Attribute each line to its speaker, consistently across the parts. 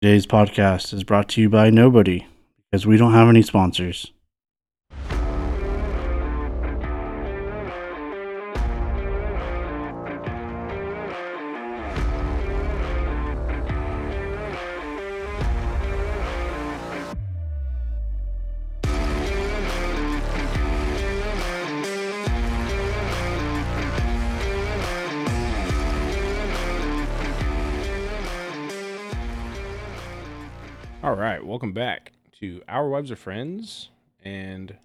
Speaker 1: Today's podcast is brought to you by nobody because we don't have any sponsors.
Speaker 2: All right, welcome back to Our Wives Are Friends. And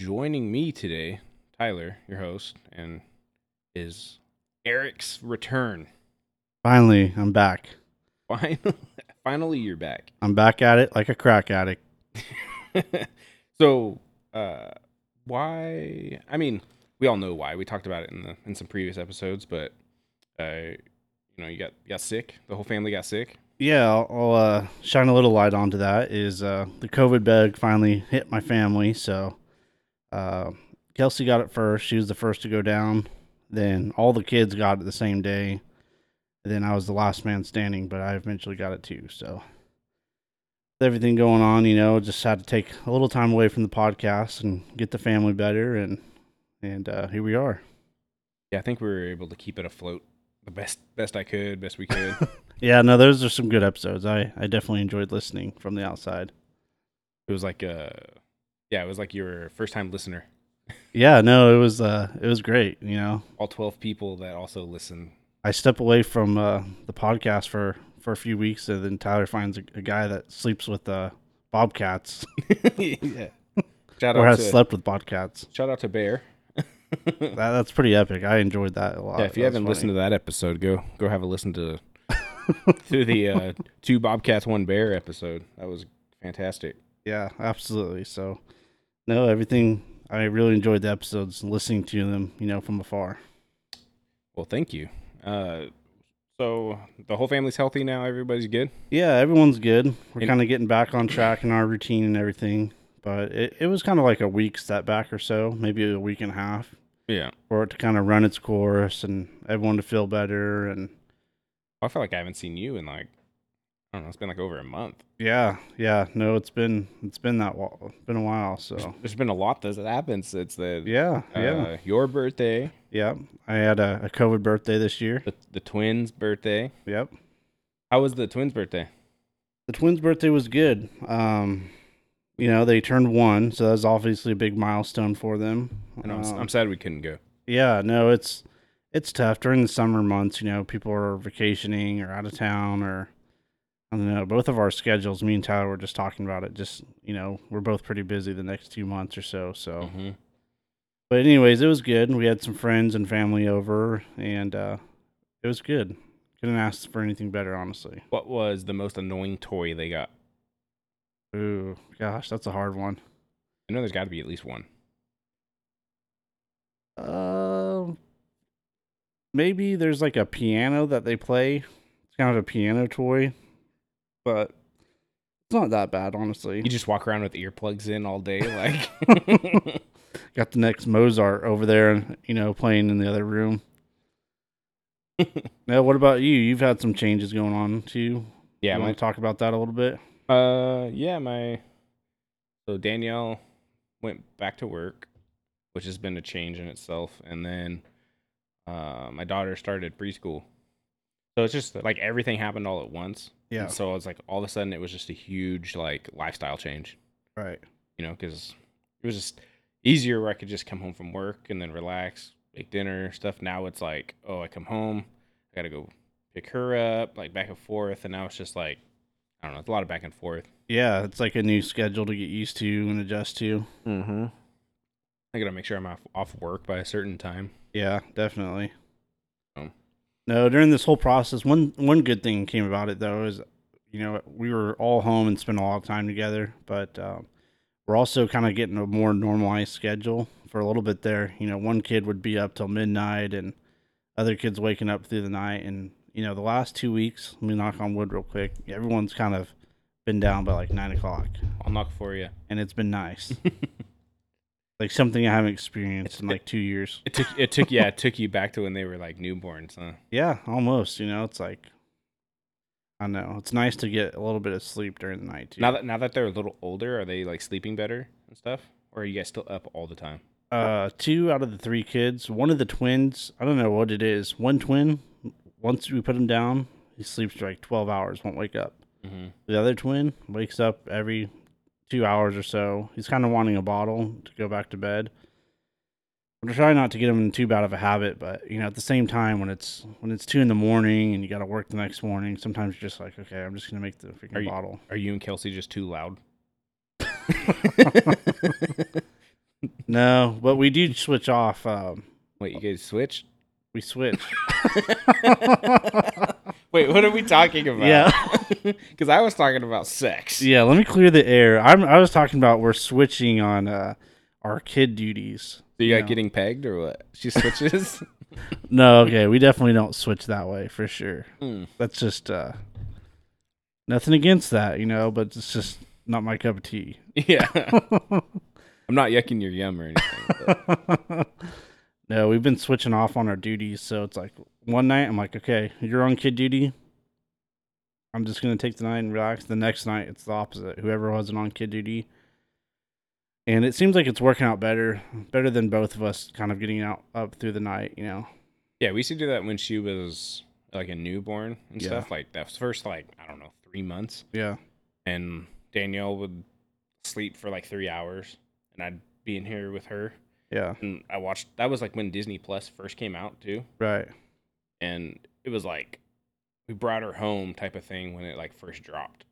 Speaker 2: joining me today, Tyler, your host, and is Eric's return.
Speaker 1: Finally, I'm back.
Speaker 2: Finally, finally you're back.
Speaker 1: I'm back at it like a crack addict.
Speaker 2: so, uh, why? I mean, we all know why. We talked about it in the in some previous episodes, but uh, you know, you got you got sick. The whole family got sick.
Speaker 1: Yeah, I'll, I'll uh, shine a little light onto that. Is uh, the COVID bug finally hit my family? So uh, Kelsey got it first. She was the first to go down. Then all the kids got it the same day. Then I was the last man standing, but I eventually got it too. So with everything going on, you know, just had to take a little time away from the podcast and get the family better, and and uh, here we are.
Speaker 2: Yeah, I think we were able to keep it afloat the best best I could, best we could.
Speaker 1: Yeah, no, those are some good episodes. I, I definitely enjoyed listening from the outside.
Speaker 2: It was like uh yeah, it was like your first time listener.
Speaker 1: Yeah, no, it was uh it was great, you know.
Speaker 2: All twelve people that also listen.
Speaker 1: I step away from uh the podcast for for a few weeks and then Tyler finds a, a guy that sleeps with uh bobcats
Speaker 2: yeah. Shout
Speaker 1: or
Speaker 2: out
Speaker 1: has
Speaker 2: to
Speaker 1: slept with bobcats.
Speaker 2: shout out to Bear.
Speaker 1: That, that's pretty epic. I enjoyed that a lot.
Speaker 2: Yeah, if
Speaker 1: Oh,
Speaker 2: you
Speaker 1: That was
Speaker 2: haven't listened
Speaker 1: funny.
Speaker 2: to that episode, go go have a listen to to the uh two Bobcats one bear episode. That was fantastic.
Speaker 1: Yeah, absolutely. So no, everything I really enjoyed the episodes and listening to them, you know, from afar.
Speaker 2: Well thank you. Uh so the whole family's healthy now, everybody's good.
Speaker 1: Yeah, everyone's good. We're
Speaker 2: And-
Speaker 1: kind of getting back on track in our routine and everything. But it, it was kind of like a week setback or so, maybe a week and a half,
Speaker 2: Yeah.
Speaker 1: for it to kind of run its course and everyone to feel better. And
Speaker 2: I feel like I haven't seen you in like I don't know, it's been like over a month.
Speaker 1: yeah, yeah, no, it's been it's been that wa- been a while. So
Speaker 2: There's been a lot that's happened since the
Speaker 1: yeah, yeah,
Speaker 2: uh, your birthday,
Speaker 1: yeah. I had a, a COVID birthday this year.
Speaker 2: the, the twins' birthday.
Speaker 1: Yep,
Speaker 2: How was the twins' birthday?
Speaker 1: the twins' birthday was good. Um, you know, they turned one, so that was obviously a big milestone for them.
Speaker 2: And I'm, s-
Speaker 1: Um,
Speaker 2: I'm sad we couldn't go.
Speaker 1: Yeah, no, it's it's tough during the summer months. You know, people are vacationing or out of town or I don't know. Both of our schedules, me and Tyler were just talking about it. Just you know, we're both pretty busy the next few months or so. So,
Speaker 2: Mhm.
Speaker 1: but anyways, it was good. We had some friends and family over, and uh, it was good. Couldn't ask for anything better, honestly.
Speaker 2: What was the most annoying toy they got?
Speaker 1: Ooh, gosh, that's a hard one.
Speaker 2: I know there's got to be at least one.
Speaker 1: Um, maybe there's like a piano that they play. It's kind of a piano toy, but it's not that bad, honestly.
Speaker 2: You just walk around with earplugs in all day, like.
Speaker 1: Got the next Mozart over there, and you know, playing in the other room. Now, what about you? You've had some changes going on too.
Speaker 2: yeah,
Speaker 1: you
Speaker 2: my
Speaker 1: want to talk about that a little bit?
Speaker 2: Uh, yeah, my. So Danielle went back to work, which has been a change in itself, and then uh, my daughter started preschool. So it's just like everything happened all at once.
Speaker 1: Yeah,
Speaker 2: And so it's like all of a sudden it was just a huge like lifestyle change,
Speaker 1: right.
Speaker 2: you know, because it was just easier where I could just come home from work and then relax, make dinner stuff. Now it's like, oh, I come home, I gotta go pick her up, like back and forth, and now it's just like, I don't know, it's a lot of back and forth.
Speaker 1: Yeah, it's like a new schedule to get used to and adjust to.
Speaker 2: Mm-hmm. I gotta make sure I'm off, off work by a certain time.
Speaker 1: Yeah, definitely.
Speaker 2: Um.
Speaker 1: No, during this whole process, one one good thing came about it though is, you know, we were all home and spent a lot of time together, but um, we're also kind of getting a more normalized schedule for a little bit there. You know, one kid would be up till midnight and other kids waking up through the night, and you know, the last two weeks, let me knock on wood real quick. Everyone's kind of been down by like nine o'clock,
Speaker 2: I'll knock for you.
Speaker 1: and it's been nice. Like something I haven't experienced in like two years.
Speaker 2: It took it took yeah it took you back to when they were like newborns, huh?
Speaker 1: Yeah, almost. You know, it's like I know it's nice to get a little bit of sleep during the night too.
Speaker 2: Now that now that they're a little older, are they like sleeping better and stuff, or are you guys still up all the time?
Speaker 1: uh, two out of the three kids, one of the twins, I don't know what it is. One twin, once we put him down, he sleeps for like twelve hours, won't wake up.
Speaker 2: Mm-hmm.
Speaker 1: The other twin wakes up every two hours or so. He's kind of wanting a bottle to go back to bed. I'm trying not to get him in too bad of a habit, but you know, at the same time, when it's when it's two in the morning and you got to work the next morning, sometimes you're just like, okay, I'm just gonna make the freaking
Speaker 2: Are you-
Speaker 1: bottle.
Speaker 2: Are you and Kelsey just too loud?
Speaker 1: No, but we do switch off. Um,
Speaker 2: Wait, you guys switch?
Speaker 1: we switch.
Speaker 2: Wait, what are we talking about?
Speaker 1: yeah,
Speaker 2: because I was talking about sex.
Speaker 1: yeah. Let me clear the air. I'm I was talking about we're switching on uh, our kid duties.
Speaker 2: So you
Speaker 1: No.
Speaker 2: got getting pegged or what? She switches.
Speaker 1: No, okay, we definitely don't switch that way for sure.
Speaker 2: Hmm.
Speaker 1: that's just uh nothing against that, you know, but it's just not my cup of tea.
Speaker 2: Yeah, I'm not yucking your yum or anything. but-
Speaker 1: no, we've been switching off on our duties, so it's like one night I'm like, okay, you're on kid duty. I'm just gonna take the night and relax. The next night it's the opposite. Whoever wasn't on kid duty. And it seems like it's working out better, better than both of us kind of getting out up through the night, you know.
Speaker 2: Yeah, we used to do that when she was like a newborn and
Speaker 1: Yeah.
Speaker 2: stuff. Like that first like I don't know three months,
Speaker 1: Yeah.
Speaker 2: and Danielle would sleep for like three hours, and I'd be in here with her.
Speaker 1: Yeah.
Speaker 2: And I watched that was like when Disney Plus first came out too,
Speaker 1: Right.
Speaker 2: and it was like we brought her home type of thing when it like first dropped.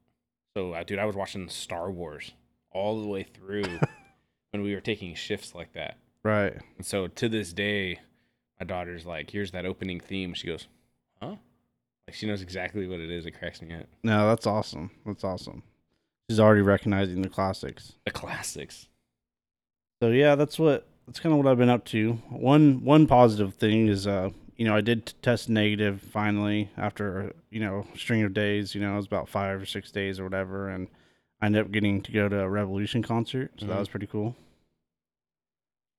Speaker 2: So, uh, dude, I was watching Star Wars all the way through when we were taking shifts like that.
Speaker 1: Right.
Speaker 2: And so to this day, my daughter's like, here's that opening theme. She goes, huh? Like she knows exactly what it is. It cracks me up.
Speaker 1: No, that's awesome. That's awesome. She's already recognizing the classics.
Speaker 2: The classics.
Speaker 1: So yeah, that's what that's kind of what I've been up to. One one positive thing is uh you know I did t- test negative finally after you know a string of days. You know it was about five or six days or whatever, and I ended up getting to go to a Revolution concert, so that
Speaker 2: Mhm.
Speaker 1: was pretty cool.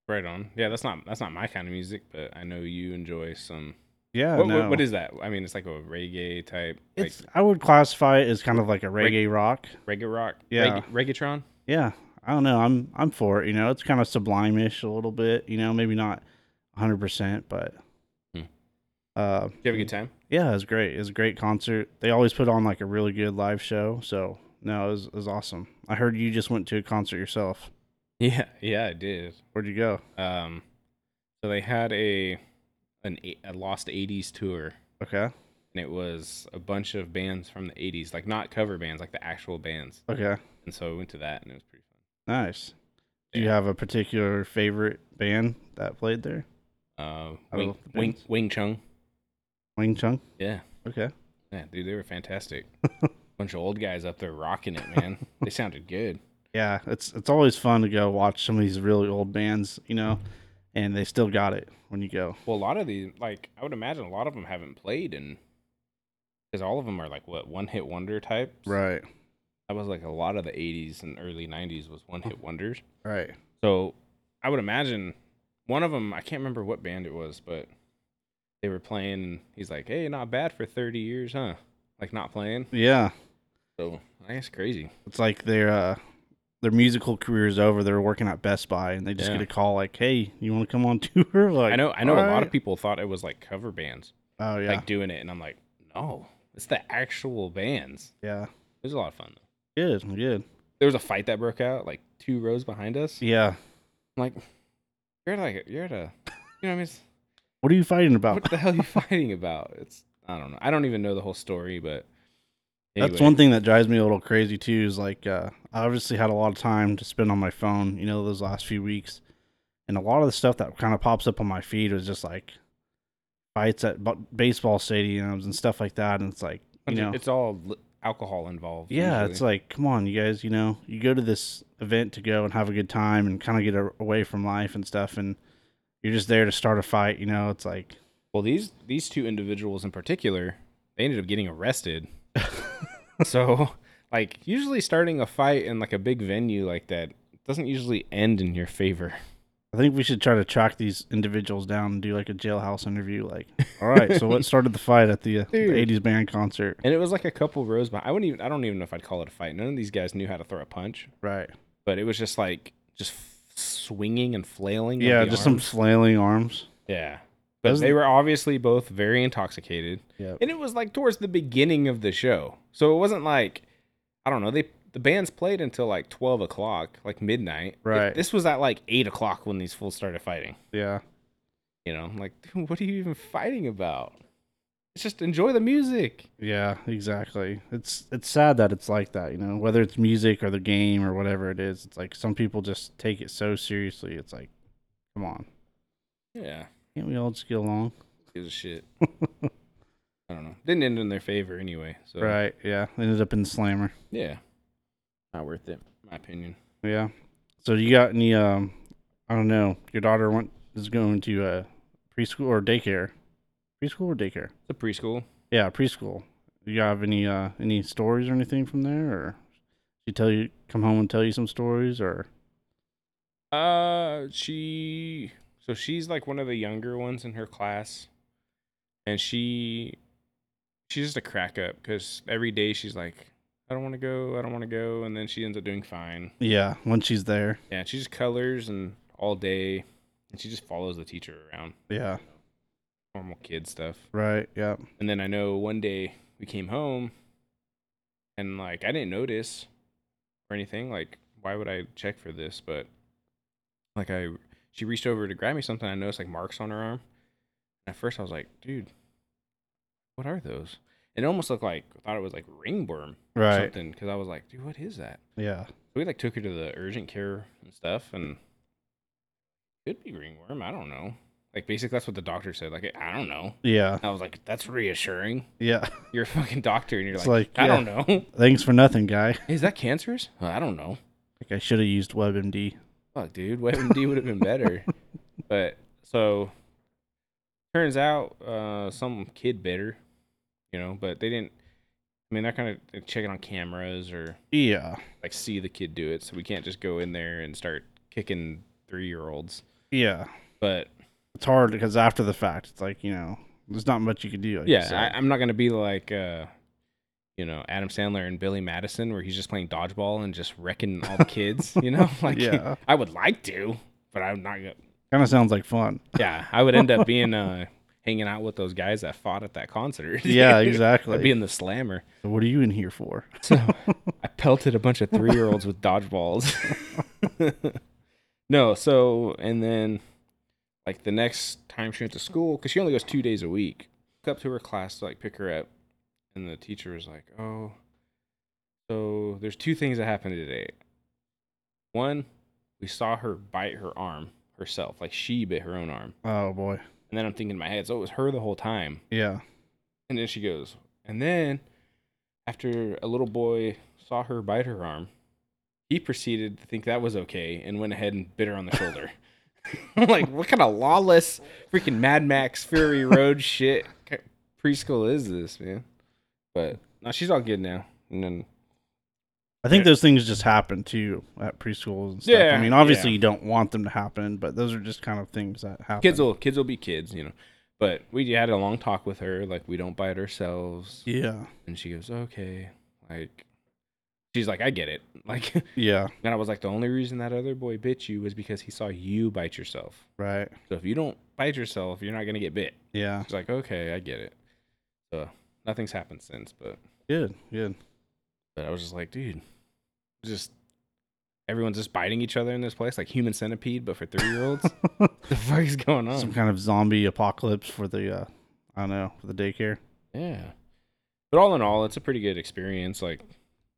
Speaker 2: Right on. Yeah, that's not that's not my kind of music, but I know you enjoy some.
Speaker 1: Yeah,
Speaker 2: what,
Speaker 1: Oh, no.
Speaker 2: what, what is that? I mean, it's like a reggae type, like
Speaker 1: it's? I would classify it as kind of like a reggae rock.
Speaker 2: reggae rock.
Speaker 1: Yeah.
Speaker 2: Reg- reggaetron.
Speaker 1: Yeah, I don't know. I'm I'm for it. You know, it's kind of sublime-ish a little bit. You know, maybe not 100, percent but
Speaker 2: Hmm.
Speaker 1: uh,
Speaker 2: Did you have a good time?
Speaker 1: Yeah, it was great. It was a great concert. They always put on like a really good live show. So no, it was, it was awesome. I heard you just went to a concert yourself.
Speaker 2: Yeah, yeah, I did.
Speaker 1: Where'd you go?
Speaker 2: Um, so they had a an eight- a lost '80s tour.
Speaker 1: Okay.
Speaker 2: And it was a bunch of bands from the 80s, like not cover bands, like the actual bands.
Speaker 1: Okay.
Speaker 2: And so I went to that and it was pretty
Speaker 1: Nice. Do you have a particular favorite band that played there?
Speaker 2: fun. Uh,
Speaker 1: I
Speaker 2: Wing,
Speaker 1: love the
Speaker 2: Wing,
Speaker 1: bands.
Speaker 2: Wing Chung.
Speaker 1: Wing Chun?
Speaker 2: Yeah.
Speaker 1: Okay.
Speaker 2: Yeah, dude, they were fantastic. Bunch of old guys up there rocking it, man. they sounded good.
Speaker 1: Yeah, it's it's always fun to go watch some of these really old bands, you know, and they still got it when you go.
Speaker 2: Well, a lot of these, like, I would imagine a lot of them haven't played and because all of them are like what one hit wonder types.
Speaker 1: Right.
Speaker 2: That was like a lot of the 80s and early 90s was one hit wonders.
Speaker 1: Right.
Speaker 2: So I would imagine one of them, I can't remember what band it was, but they were playing and he's like, hey, not bad for 30 years, huh? Like, not playing.
Speaker 1: Yeah.
Speaker 2: So I guess crazy.
Speaker 1: It's like their uh their musical career is over. They're working at Best Buy, and they just
Speaker 2: Yeah.
Speaker 1: get a call like, "Hey, you want to come on tour?" Like,
Speaker 2: I know I know a lot
Speaker 1: "Alright."
Speaker 2: of people thought it was like cover bands
Speaker 1: Oh yeah,
Speaker 2: like doing it and I'm like, no, it's the actual bands.
Speaker 1: yeah.
Speaker 2: It was a lot of fun though.
Speaker 1: Good, good.
Speaker 2: There was a fight that broke out like two rows behind us.
Speaker 1: Yeah.
Speaker 2: I'm like, you're at like you're at a you know what I mean? It's-
Speaker 1: What are you fighting about?
Speaker 2: What the hell are you fighting about? It's I don't know. I don't even know the whole story, but
Speaker 1: That's one thing that drives me a little crazy too. Is like, uh, I obviously had a lot of time to spend on my phone. You know, those last few weeks, and a lot of the stuff that kind of pops up on my feed was just like fights at bu- baseball stadiums and stuff like that. And it's like, you know,
Speaker 2: it's all li- alcohol involved.
Speaker 1: Yeah,
Speaker 2: usually.
Speaker 1: it's like, come on, you guys, you know, you go to this event to go and have a good time and kind of get a- away from life and stuff, and you're just there to start a fight, you know, it's like,
Speaker 2: Well, these these two individuals in particular, they ended up getting arrested. so, like usually starting a fight in like a big venue like that doesn't usually end in your favor.
Speaker 1: I think we should try to track these individuals down and do like a jailhouse interview. Like, all right, so what started the fight at the, uh, the
Speaker 2: Dude.
Speaker 1: '80s band concert?
Speaker 2: And it was like a couple rows behind. I wouldn't even. I don't even know if I'd call it a fight. None of these guys knew how to throw a punch,
Speaker 1: Right.
Speaker 2: but it was just like just f- swinging and flailing. of
Speaker 1: Yeah,
Speaker 2: the
Speaker 1: just
Speaker 2: arms.
Speaker 1: some flailing arms.
Speaker 2: Yeah, but
Speaker 1: Those-
Speaker 2: they were obviously both very intoxicated,
Speaker 1: Yeah.
Speaker 2: and it was like towards the beginning of the show, so it wasn't like I don't know. They the bands played until like twelve o'clock, like midnight. If
Speaker 1: Right.
Speaker 2: this was at like eight o'clock when these fools started fighting.
Speaker 1: Yeah.
Speaker 2: You know, I'm like, dude, what are you even fighting about? It's just enjoy the music.
Speaker 1: Yeah. Exactly. It's it's sad that it's like that. You know, whether it's music or the game or whatever it is, it's like some people just take it so seriously. It's like, come on,
Speaker 2: Yeah.
Speaker 1: can't we all just get along?
Speaker 2: gives a shit. I don't know. Didn't end in their favor anyway. So
Speaker 1: Right. Yeah. Ended up in the slammer.
Speaker 2: yeah, not worth it, in my opinion.
Speaker 1: Yeah. So you got any? Um, I don't know. Your daughter went is going to uh, preschool or daycare, preschool or daycare.
Speaker 2: The preschool.
Speaker 1: Yeah, preschool. You have any uh any stories or anything from there, or she tell you come home and tell you some stories, or
Speaker 2: Uh, she. So she's like one of the younger ones in her class, and she, she's just a crack up because every day she's like, I don't want to go, I don't want to go, and then she ends up doing fine.
Speaker 1: yeah, when she's there.
Speaker 2: Yeah, she just colors and all day, and she just follows the teacher around.
Speaker 1: Yeah.
Speaker 2: Normal kid stuff.
Speaker 1: Right. Yeah.
Speaker 2: And then I know one day we came home and like I didn't notice or anything. Like, why would I check for this? But like I she reached over to grab me something. I noticed like marks on her arm. And at first I was like, dude, what are those? And it almost looked like I thought it was like ringworm or
Speaker 1: Right.
Speaker 2: something. Cause I was like, dude, what is that?
Speaker 1: Yeah.
Speaker 2: So we like took her to the urgent care and stuff and could be ringworm. I don't know. Like basically that's what the doctor said. Like I don't know.
Speaker 1: Yeah.
Speaker 2: I was like, that's reassuring
Speaker 1: Yeah.
Speaker 2: you're a fucking doctor and you're
Speaker 1: It's
Speaker 2: like,
Speaker 1: like,
Speaker 2: I
Speaker 1: yeah.
Speaker 2: don't know.
Speaker 1: Thanks for nothing, guy.
Speaker 2: Is that cancerous? Well, I don't know.
Speaker 1: Like I should have used WebMD.
Speaker 2: Fuck, dude. WebMD would have been better. But so turns out uh, some kid bit her, you know, but they didn't. I mean, they're kind of checking on cameras or
Speaker 1: Yeah.
Speaker 2: like see the kid do it. So we can't just go in there and start kicking three year olds.
Speaker 1: Yeah.
Speaker 2: But
Speaker 1: It's hard because after the fact, it's like you know, there's not much you can do. Like you said.
Speaker 2: yeah, I, I'm not going to be like, uh, you know, Adam Sandler and Billy Madison, where he's just playing dodgeball and just wrecking all the kids, you know? Like,
Speaker 1: Yeah.
Speaker 2: I would like to, but I'm not going to.
Speaker 1: kind of sounds like fun.
Speaker 2: Yeah, I would end up being uh hanging out with those guys that fought at that concert.
Speaker 1: Yeah,
Speaker 2: I'd
Speaker 1: exactly.
Speaker 2: be in the slammer.
Speaker 1: So what are you in here for?
Speaker 2: So I pelted a bunch of three year olds with dodgeballs. no, so and then like the next time she went to school, because she only goes two days a week, Walk up to her class to like pick her up, and the teacher was like, "Oh, so there's two things that happened today. One, we saw her bite her arm herself, like she bit her own arm."
Speaker 1: Oh boy.
Speaker 2: And then I'm thinking in my head, so it was her the whole time.
Speaker 1: Yeah.
Speaker 2: And then she goes, and then after a little boy saw her bite her arm, he proceeded to think that was okay and went ahead and bit her on the shoulder. I'm like, what kind of lawless freaking Mad Max Fury Road shit ki- preschool is this, man? But no, she's all good now. And then
Speaker 1: I think
Speaker 2: Yeah.
Speaker 1: those things just happen too at preschools and stuff.
Speaker 2: Yeah,
Speaker 1: I mean, obviously
Speaker 2: yeah.
Speaker 1: you don't want them to happen, but those are just kind of things that happen.
Speaker 2: kids will kids will be kids, you know. But we had a long talk with her, like we don't bite ourselves.
Speaker 1: yeah,
Speaker 2: And she goes, okay. Like, she's like, I get it. Like, and
Speaker 1: yeah,
Speaker 2: I was like, the only reason that other boy bit you was because he saw you bite yourself.
Speaker 1: right,
Speaker 2: So if you don't bite yourself, you're not going to get bit.
Speaker 1: yeah,
Speaker 2: She's like, okay, I get it. So nothing's happened since, but,
Speaker 1: good, good.
Speaker 2: but I was just like, dude, just everyone's just biting each other in this place, like human centipede, but for three year olds. the fuck is going on?
Speaker 1: Some kind of zombie apocalypse for the, uh, I don't know, for the daycare.
Speaker 2: yeah. But all in all, it's a pretty good experience. Like,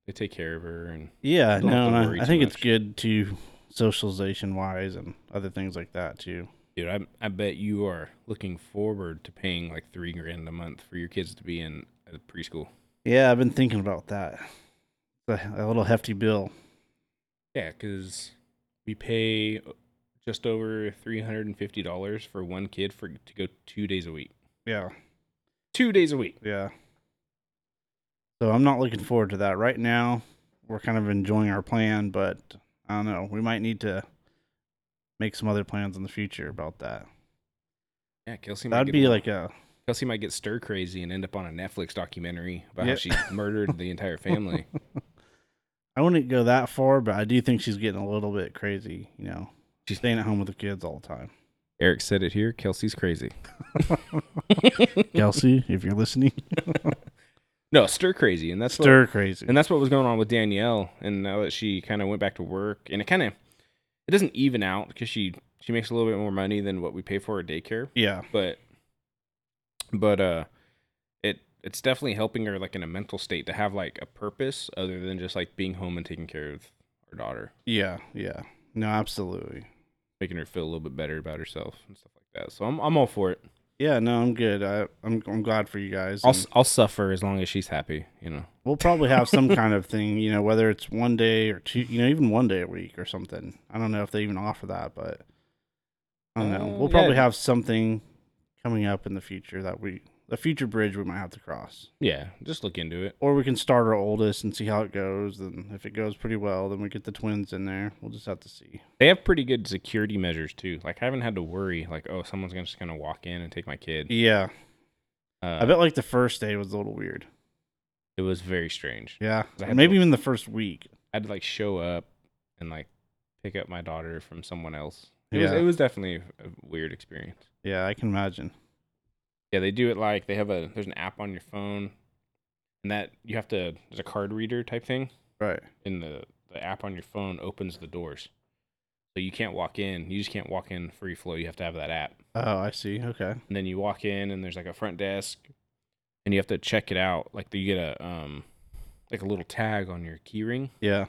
Speaker 2: they take care of her and
Speaker 1: Yeah,
Speaker 2: Don't
Speaker 1: no,
Speaker 2: have to
Speaker 1: and
Speaker 2: worry
Speaker 1: I, I
Speaker 2: too
Speaker 1: think it's
Speaker 2: much.
Speaker 1: good to socialization wise and other things like that too.
Speaker 2: Dude, I I bet you are looking forward to paying like three grand a month for your kids to be in a preschool.
Speaker 1: Yeah, I've been thinking about that. A, a little hefty bill.
Speaker 2: Yeah, because we pay just over three hundred and fifty dollars for one kid for to go two days a week.
Speaker 1: Yeah,
Speaker 2: Two days a week.
Speaker 1: yeah. So I'm not looking forward to that right now. We're kind of enjoying our plan, but I don't know. We might need to make some other plans in the future about that.
Speaker 2: Yeah, Kelsey might
Speaker 1: That'd
Speaker 2: get
Speaker 1: be
Speaker 2: a-
Speaker 1: like a
Speaker 2: Kelsey might get stir crazy and end up on a Netflix documentary about
Speaker 1: Yeah.
Speaker 2: how she murdered the entire family.
Speaker 1: I wouldn't go that far, but I do think she's getting a little bit crazy. You know, she's staying at home with the kids all the time.
Speaker 2: Eric said it here. Kelsey's crazy.
Speaker 1: Kelsey, if you're listening,
Speaker 2: No, stir crazy, and that's what-
Speaker 1: stir crazy.
Speaker 2: and that's what was going on with Danielle. And now that she kind of went back to work, and it kind of it doesn't even out because she she makes a little bit more money than what we pay for at daycare.
Speaker 1: yeah,
Speaker 2: but but uh it it's definitely helping her like in a mental state to have like a purpose other than just like being home and taking care of her daughter
Speaker 1: yeah, yeah. No, absolutely.
Speaker 2: making her feel a little bit better about herself and stuff like that so i'm, I'm all for it
Speaker 1: Yeah, no, I'm good. I, I'm I'm glad for you guys.
Speaker 2: I'll,
Speaker 1: and-
Speaker 2: s- I'll suffer as long as she's happy you know
Speaker 1: We'll probably have some kind of thing, you know, whether it's one day or two, you know, even one day a week or something. I don't know if they even offer that, but I don't know.
Speaker 2: Uh,
Speaker 1: We'll probably
Speaker 2: yeah.
Speaker 1: have something coming up in the future that we, a future bridge we might have to cross.
Speaker 2: yeah just look into it
Speaker 1: Or we can start our oldest and see how it goes. And if it goes pretty well, then we get the twins in there. We'll just have to see.
Speaker 2: they have pretty good security measures too like i haven't had to worry like oh someone's gonna just gonna walk in and take my kid
Speaker 1: Yeah.
Speaker 2: uh,
Speaker 1: I bet like the first day was a little weird.
Speaker 2: it was very strange
Speaker 1: Yeah.
Speaker 2: I
Speaker 1: Or
Speaker 2: had
Speaker 1: Maybe
Speaker 2: to-
Speaker 1: even the first week.
Speaker 2: I'd like show up and like pick up my daughter from someone else. It
Speaker 1: Yeah.
Speaker 2: was it was definitely a weird experience.
Speaker 1: Yeah, I can imagine.
Speaker 2: Yeah, they do it like they have a there's an app on your phone, and that you have to there's a card reader type thing,
Speaker 1: Right.
Speaker 2: and the the app on your phone opens the doors, so you can't walk in. You just can't walk in free flow. You have to have that app,
Speaker 1: Oh, I see. Okay.
Speaker 2: and then you walk in and there's like a front desk, and you have to check it out. Like you get a um like a little tag on your key ring.
Speaker 1: Yeah.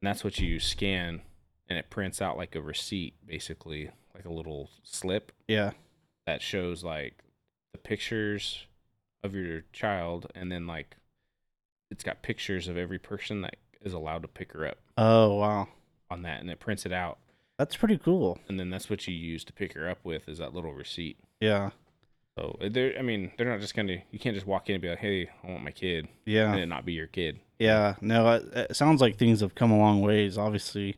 Speaker 2: and that's what you scan and it prints out like a receipt basically like a little slip
Speaker 1: Yeah.
Speaker 2: that shows like the pictures of your child and then like it's got pictures of every person that is allowed to pick her up
Speaker 1: Oh, wow.
Speaker 2: on that and it prints it out
Speaker 1: That's pretty cool.
Speaker 2: and then that's what you use to pick her up with is that little receipt
Speaker 1: Yeah.
Speaker 2: so uh, they're i mean they're not just gonna you can't just walk in and be like hey i want my kid
Speaker 1: Yeah.
Speaker 2: and it not be your kid
Speaker 1: Yeah, no, it, it sounds like things have come a long ways, obviously,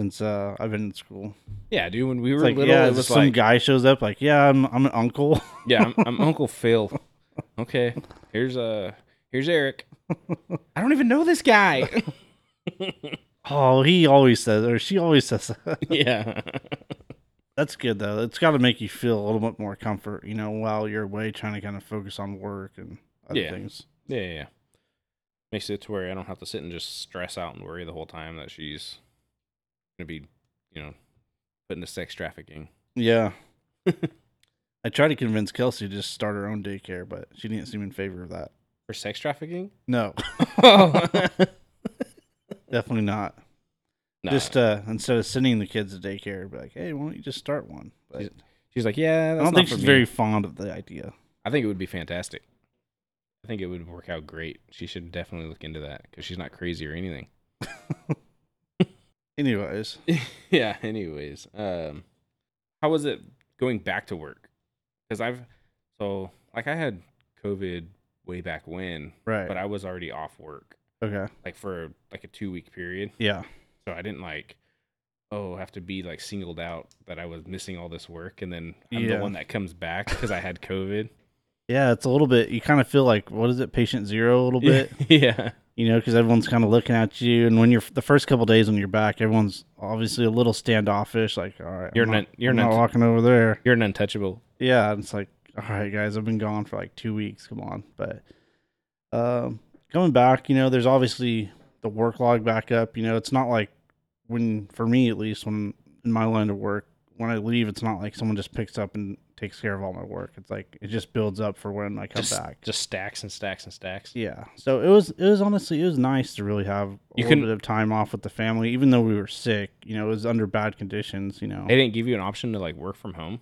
Speaker 1: since uh, I've been in school.
Speaker 2: yeah dude when we
Speaker 1: It's
Speaker 2: were
Speaker 1: like,
Speaker 2: little
Speaker 1: yeah,
Speaker 2: it was
Speaker 1: some
Speaker 2: like
Speaker 1: guy shows up, like, yeah, I'm, I'm an uncle.
Speaker 2: Yeah, I'm, I'm Uncle Phil. Okay, here's uh here's Eric. I don't even know this guy.
Speaker 1: oh, he always says, or she always says that.
Speaker 2: yeah,
Speaker 1: That's good, though. It's got to make you feel a little bit more comfort, you know, while you're away trying to kind of focus on work and other
Speaker 2: Yeah.
Speaker 1: things.
Speaker 2: yeah, yeah, yeah. Makes it to where I don't have to sit and just stress out and worry the whole time that she's gonna be, you know, put into sex trafficking.
Speaker 1: Yeah. I tried to convince Kelsey to just start her own daycare, but she didn't seem in favor of that.
Speaker 2: For sex trafficking?
Speaker 1: No,
Speaker 2: Oh,
Speaker 1: definitely not. Just uh, instead of sending the kids to daycare, be like, hey, why don't you just start one? But
Speaker 2: she's like, yeah. That's
Speaker 1: I don't
Speaker 2: not
Speaker 1: think
Speaker 2: for
Speaker 1: she's
Speaker 2: me."
Speaker 1: very fond of the idea.
Speaker 2: I think it would be fantastic. I think it would work out great. She should definitely look into that because she's not crazy or anything.
Speaker 1: Anyways,
Speaker 2: yeah anyways um how was it going back to work because i've so like i had covid way back when
Speaker 1: right.
Speaker 2: but i was already off work
Speaker 1: okay.
Speaker 2: like for like a two week period
Speaker 1: Yeah.
Speaker 2: so i didn't like oh have to be like singled out that i was missing all this work and then i'm
Speaker 1: Yeah.
Speaker 2: the one that comes back because i had covid
Speaker 1: Yeah, it's a little bit. You kind of feel like what is it, patient zero, a little bit,
Speaker 2: yeah
Speaker 1: you know, because everyone's kind of looking at you, and when you're the first couple days when you're back, everyone's obviously a little standoffish, like, all right,
Speaker 2: You're
Speaker 1: I'm
Speaker 2: not- you're
Speaker 1: I'm
Speaker 2: not-
Speaker 1: walking over there.
Speaker 2: you're an untouchable
Speaker 1: Yeah, and it's like, all right, guys, I've been gone for like two weeks. Come on, but um, coming back, you know, there's obviously the work log back up. You know, it's not like when, for me at least, when in my line of work, when I leave, it's not like someone just picks up and takes care of all my work. It's like it just builds up for when I come
Speaker 2: just,
Speaker 1: back.
Speaker 2: just stacks and stacks and stacks
Speaker 1: yeah, so it was it was honestly it was nice to really have a
Speaker 2: You
Speaker 1: little
Speaker 2: can-
Speaker 1: bit of time off with the family, even though we were sick. You know, it was under bad conditions. You know,
Speaker 2: they didn't give you an option to like work from home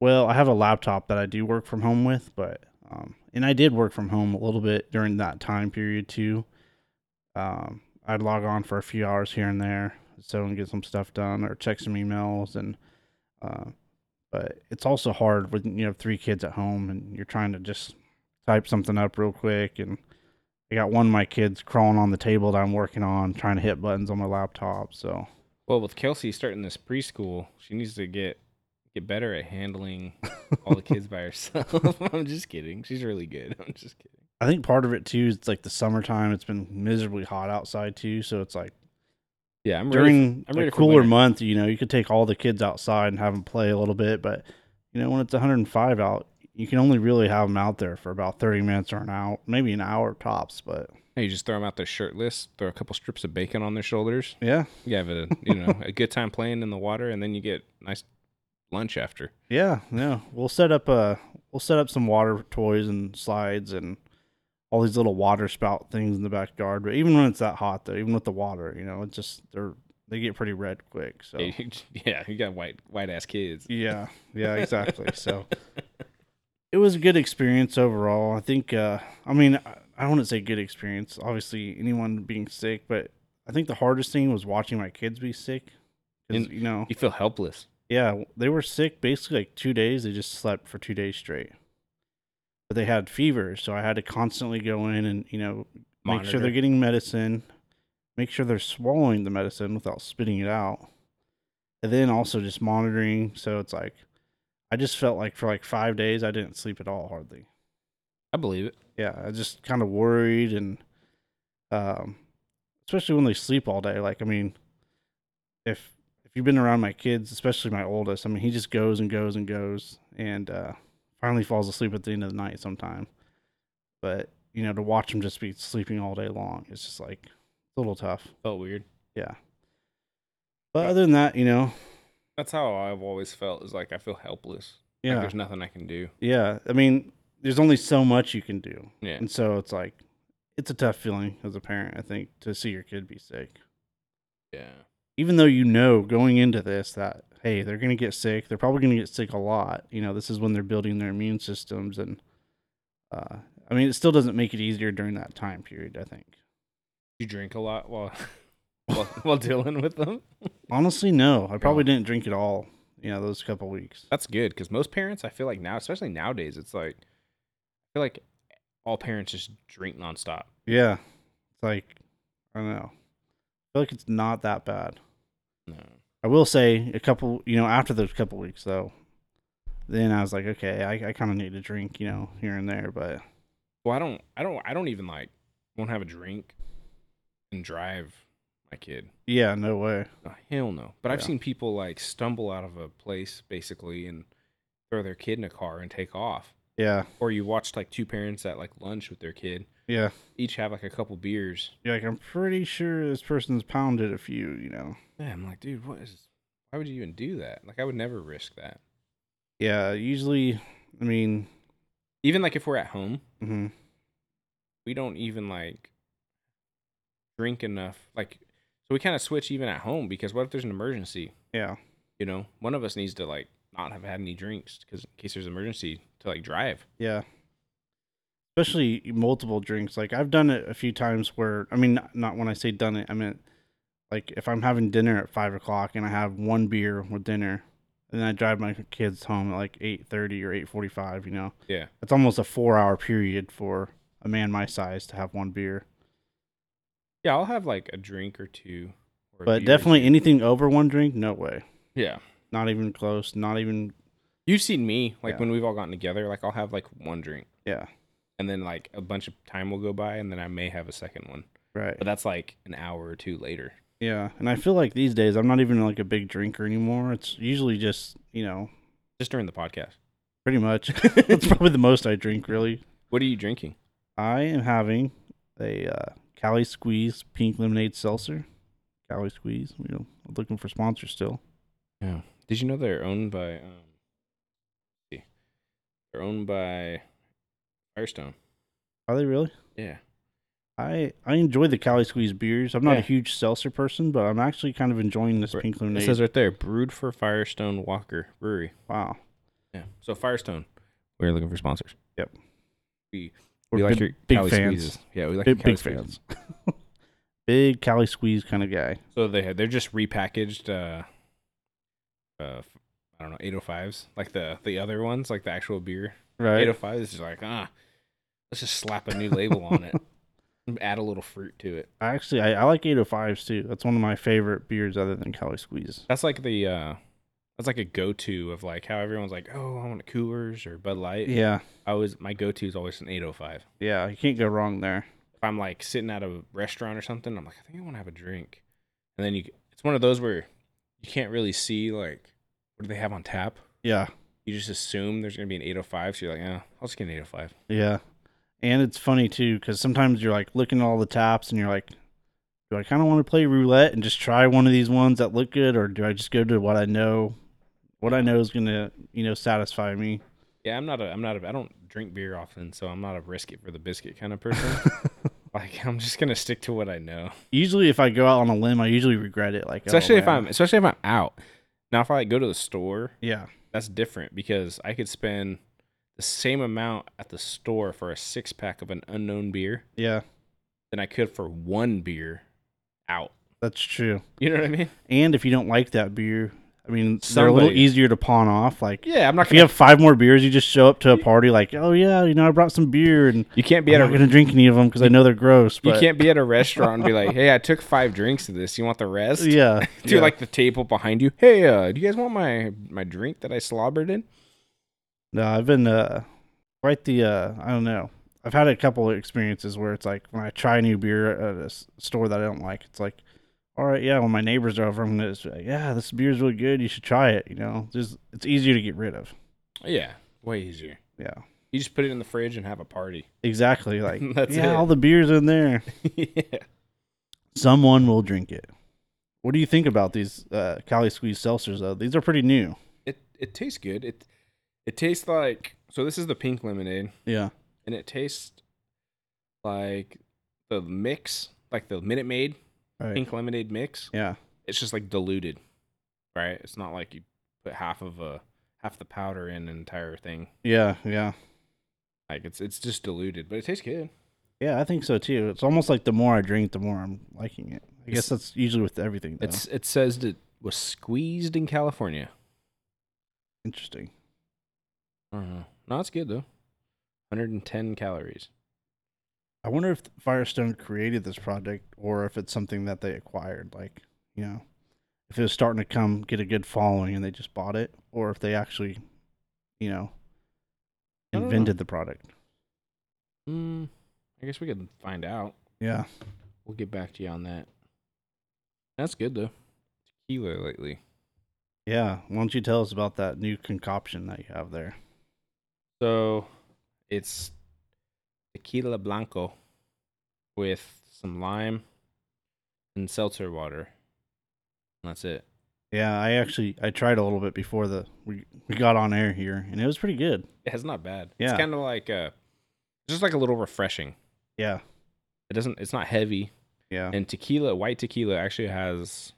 Speaker 1: well, I have a laptop that I do work from home with, but um, and I did work from home a little bit during that time period too. Um, I'd log on for a few hours here and there, so and get some stuff done or check some emails and. Uh, but it's also hard when you have three kids at home and you're trying to just type something up real quick and. I got one of my kids crawling on the table that I'm working on, trying to hit buttons on my laptop. So
Speaker 2: Well, with Kelsey starting this preschool, she needs to get get better at handling all the kids by herself. I'm just kidding. She's really good. I'm just kidding.
Speaker 1: I think part of it too is it's like the summertime. It's been miserably hot outside too, so it's like
Speaker 2: Yeah, I'm ready.
Speaker 1: during
Speaker 2: I'm
Speaker 1: a
Speaker 2: ready for
Speaker 1: cooler
Speaker 2: winter.
Speaker 1: month, you know, you could take all the kids outside and have them play a little bit, but you know, when it's 105 out, you can only really have them out there for about 30 minutes or an hour, maybe an hour tops. But
Speaker 2: Hey, you just throw them out there shirtless, throw a couple strips of bacon on their shoulders.
Speaker 1: yeah,
Speaker 2: You have a you know a good time playing in the water, and then you get nice lunch after.
Speaker 1: yeah, no, we'll set up a we'll set up some water toys and slides and all these little water spout things in the backyard. But even when it's that hot, though, even with the water, you know, it's just they're they get pretty red quick. So
Speaker 2: Yeah, you, yeah, you got white white ass kids.
Speaker 1: Yeah, yeah, exactly. so it was a good experience overall. I think. Uh, I mean, I, I wouldn't say good experience. Obviously, anyone being sick, but I think the hardest thing was watching my kids be sick. 'Cause,
Speaker 2: And-
Speaker 1: you know,
Speaker 2: You feel helpless.
Speaker 1: yeah, they were sick basically like two days. They just slept for two days straight, but they had fever, so I had to constantly go in and you know make sure
Speaker 2: Monitor.
Speaker 1: they're getting medicine, make sure they're swallowing the medicine without spitting it out, and then also just monitoring. So it's like, I just felt like for like five days I didn't sleep at all hardly.
Speaker 2: I believe it.
Speaker 1: Yeah, I just kind of worried and, um, especially when they sleep all day. Like I mean, if if you've been around my kids, especially my oldest, I mean he just goes and goes and goes and uh, finally falls asleep at the end of the night sometime. But you know to watch him just be sleeping all day long, it's just like a little tough.
Speaker 2: Felt weird.
Speaker 1: Yeah. But other than that, you know,
Speaker 2: That's how I've always felt. Is like I feel helpless. Like,
Speaker 1: yeah,
Speaker 2: there's nothing I can do.
Speaker 1: yeah. I mean, there's only so much you can do.
Speaker 2: Yeah.
Speaker 1: And so it's like, it's a tough feeling as a parent, I think, to see your kid be sick.
Speaker 2: Yeah.
Speaker 1: Even though you know going into this that, hey, they're going to get sick. They're probably going to get sick a lot. You know, this is when they're building their immune systems. And uh, I mean, it still doesn't make it easier during that time period, I think.
Speaker 2: You drink a lot while while, while dealing with them.
Speaker 1: Honestly, no. I probably
Speaker 2: Yeah.
Speaker 1: didn't drink at all, you know, those couple weeks.
Speaker 2: That's good because most parents, I feel like now, especially nowadays, it's like I feel like all parents just drink nonstop.
Speaker 1: Yeah. It's like, I don't know. I feel like it's not that bad.
Speaker 2: No.
Speaker 1: I will say a couple, you know, after those couple weeks though, then I was like, okay, I, I kind of need a drink, you know, here and there, but
Speaker 2: Well, I don't, I don't, I don't even like won't have a drink and drive my kid.
Speaker 1: yeah, no way.
Speaker 2: No, Oh, hell no. But I've
Speaker 1: Yeah.
Speaker 2: seen people like stumble out of a place basically and throw their kid in a car and take off.
Speaker 1: Yeah,
Speaker 2: Or you watched like two parents at like lunch with their kid,
Speaker 1: yeah.
Speaker 2: each have like a couple beers.
Speaker 1: You're like, I'm pretty sure this person's pounded a few, you know.
Speaker 2: Yeah, I'm like, dude, what is? Why would you even do that? Like, I would never risk that.
Speaker 1: Yeah, usually, I mean,
Speaker 2: Even like if we're at home,
Speaker 1: mhm,
Speaker 2: we don't even like drink enough. Like, so we kind of switch even at home because what if there's an emergency?
Speaker 1: yeah,
Speaker 2: You know, one of us needs to like not have had any drinks because in case there's an emergency to like drive.
Speaker 1: yeah. Especially multiple drinks. Like I've done it a few times where, I mean, not- not when I say done it, I meant like if I'm having dinner at five o'clock and I have one beer with dinner, and then I drive my kids home at like eight thirty or eight forty five, you know.
Speaker 2: Yeah.
Speaker 1: it's almost a four hour period for a man my size to have one beer.
Speaker 2: Yeah, I'll have like a drink or two. Or a beer
Speaker 1: But
Speaker 2: or
Speaker 1: definitely anything over one drink, no way.
Speaker 2: two. Yeah.
Speaker 1: Not even close. Not even
Speaker 2: You've seen me like
Speaker 1: Yeah.
Speaker 2: when we've all gotten together, like I'll have like one drink
Speaker 1: yeah.
Speaker 2: and then like a bunch of time will go by and then I may have a second one.
Speaker 1: Right.
Speaker 2: But that's like an hour or two later.
Speaker 1: Yeah. And I feel like these days I'm not even like a big drinker anymore. It's usually just, you know,
Speaker 2: Just during the podcast.
Speaker 1: pretty much that's probably the most I drink really.
Speaker 2: What are you drinking?
Speaker 1: I am having a uh, Cali Squeeze pink lemonade seltzer. Cali Squeeze, you know, looking for sponsors still.
Speaker 2: Yeah. Did you know they're owned by um let's see. They're owned by Firestone.
Speaker 1: Are they really?
Speaker 2: Yeah.
Speaker 1: I I enjoy the Cali Squeeze beers. I'm not
Speaker 2: Yeah.
Speaker 1: a huge seltzer person, but I'm actually kind of enjoying this
Speaker 2: Right.
Speaker 1: pink
Speaker 2: It
Speaker 1: lemonade.
Speaker 2: says right there, brewed for Firestone Walker Brewery.
Speaker 1: wow,
Speaker 2: Yeah. So Firestone. We're looking for sponsors.
Speaker 1: Yep.
Speaker 2: We
Speaker 1: we're
Speaker 2: we like
Speaker 1: big,
Speaker 2: your
Speaker 1: big
Speaker 2: Cali
Speaker 1: fans.
Speaker 2: Squeezes. Yeah, we like your
Speaker 1: big,
Speaker 2: Cali
Speaker 1: big
Speaker 2: Squeezes.
Speaker 1: fans. big Cali Squeeze kind of guy.
Speaker 2: So they had, they're just repackaged. Uh, uh, f- I don't know, 805s, like the the other ones, like the actual beer.
Speaker 1: Right.
Speaker 2: 805 is just like ah, let's just slap a new label on it. Add a little fruit to it.
Speaker 1: I actually I, I like 805s too. That's one of my favorite beers other than Cali Squeeze.
Speaker 2: That's like the uh that's like a go to of like how everyone's like, Oh, I want a coolers or Bud Light.
Speaker 1: Yeah,
Speaker 2: I always my go to is always an eight oh five.
Speaker 1: yeah, you can't go wrong there.
Speaker 2: If I'm like sitting at a restaurant or something, I'm like, I think I want to have a drink. And then you it's one of those where you can't really see like what do they have on tap.
Speaker 1: Yeah,
Speaker 2: You just assume there's gonna be an eight oh five, so you're like, oh, I'll just get an eight oh five.
Speaker 1: yeah, and it's funny too because sometimes you're like looking at all the taps and you're like, do I kind of want to play roulette and just try one of these ones that look good, or do I just go to what I know, what I know is gonna you know satisfy me?
Speaker 2: Yeah, I'm not a I'm not a I don't drink beer often, so I'm not a risk it for the biscuit kind of person. like I'm just gonna stick to what I know.
Speaker 1: Usually, if I go out on a limb, I usually regret it. Like oh,
Speaker 2: especially if
Speaker 1: man.
Speaker 2: I'm especially if I'm out. Now if I like go to the store,
Speaker 1: yeah,
Speaker 2: that's different because I could spend the same amount at the store for a six pack of an unknown beer
Speaker 1: yeah,
Speaker 2: than I could for one beer out.
Speaker 1: that's true.
Speaker 2: You know what I mean?
Speaker 1: And if you don't like that beer, I mean, they're a little
Speaker 2: Somebody-
Speaker 1: easier to pawn off. Like,
Speaker 2: Yeah, I'm not
Speaker 1: if you
Speaker 2: gonna.
Speaker 1: have five more beers, you just show up to a party like, oh yeah, you know, I brought some beer and
Speaker 2: You can't be
Speaker 1: I'm
Speaker 2: at
Speaker 1: not
Speaker 2: a.
Speaker 1: gonna drink any of them because I know they're gross.
Speaker 2: You
Speaker 1: But
Speaker 2: can't be at a restaurant and be like, "Hey, I took five drinks of this. You want the rest?"
Speaker 1: yeah,
Speaker 2: To
Speaker 1: yeah.
Speaker 2: like the table behind you. Hey, uh, do you guys want my my drink that I slobbered in?
Speaker 1: no, I've been uh, quite the uh, I don't know. I've had a couple of experiences where it's like when I try new beer at a s- store that I don't like, it's like, all right, yeah, when my neighbors are over, I'm gonna just be like, yeah, this beer's really good. You should try it. You know, just it's easier to get rid of.
Speaker 2: Yeah, way easier.
Speaker 1: Yeah,
Speaker 2: You just put it in the fridge and have a party.
Speaker 1: exactly. Like,
Speaker 2: That's
Speaker 1: yeah,
Speaker 2: it.
Speaker 1: all the beers in there.
Speaker 2: yeah.
Speaker 1: someone will drink it. What do you think about these uh, Cali Squeeze seltzers, though? These are pretty new.
Speaker 2: It it tastes good. It it tastes like so this is the pink lemonade
Speaker 1: Yeah.
Speaker 2: and it tastes like the mix, like the Minute Maid
Speaker 1: Right.
Speaker 2: pink lemonade mix.
Speaker 1: Yeah.
Speaker 2: It's just like diluted. Right? It's not like you put half of a half the powder in an entire thing.
Speaker 1: Yeah. Yeah.
Speaker 2: Like it's it's just diluted, but it tastes good.
Speaker 1: Yeah. I think so too. It's almost like the more I drink, the more I'm liking it. I guess that's usually with everything. Though.
Speaker 2: It's it says that it was squeezed in California.
Speaker 1: interesting.
Speaker 2: I don't know. Mm-hmm. No, it's good though. 110 calories.
Speaker 1: I wonder if Firestone created this project or if it's something that they acquired. Like, you know, if it was starting to come get a good following and they just bought it, or if they actually, you know,
Speaker 2: I don't know.
Speaker 1: invented the product.
Speaker 2: Hmm. I guess we could find out.
Speaker 1: Yeah.
Speaker 2: We'll get back to you on that. That's good though. Tequila lately.
Speaker 1: Yeah. Why don't you tell us about that new concoction that you have there?
Speaker 2: So it's tequila blanco with some lime and seltzer water. And that's it.
Speaker 1: Yeah, I actually I tried a little bit before the we, we got on air here, and it was pretty good.
Speaker 2: It's not bad.
Speaker 1: Yeah.
Speaker 2: It's kind of like uh just like a little refreshing.
Speaker 1: Yeah,
Speaker 2: It doesn't it's not heavy.
Speaker 1: yeah,
Speaker 2: And tequila, white tequila actually has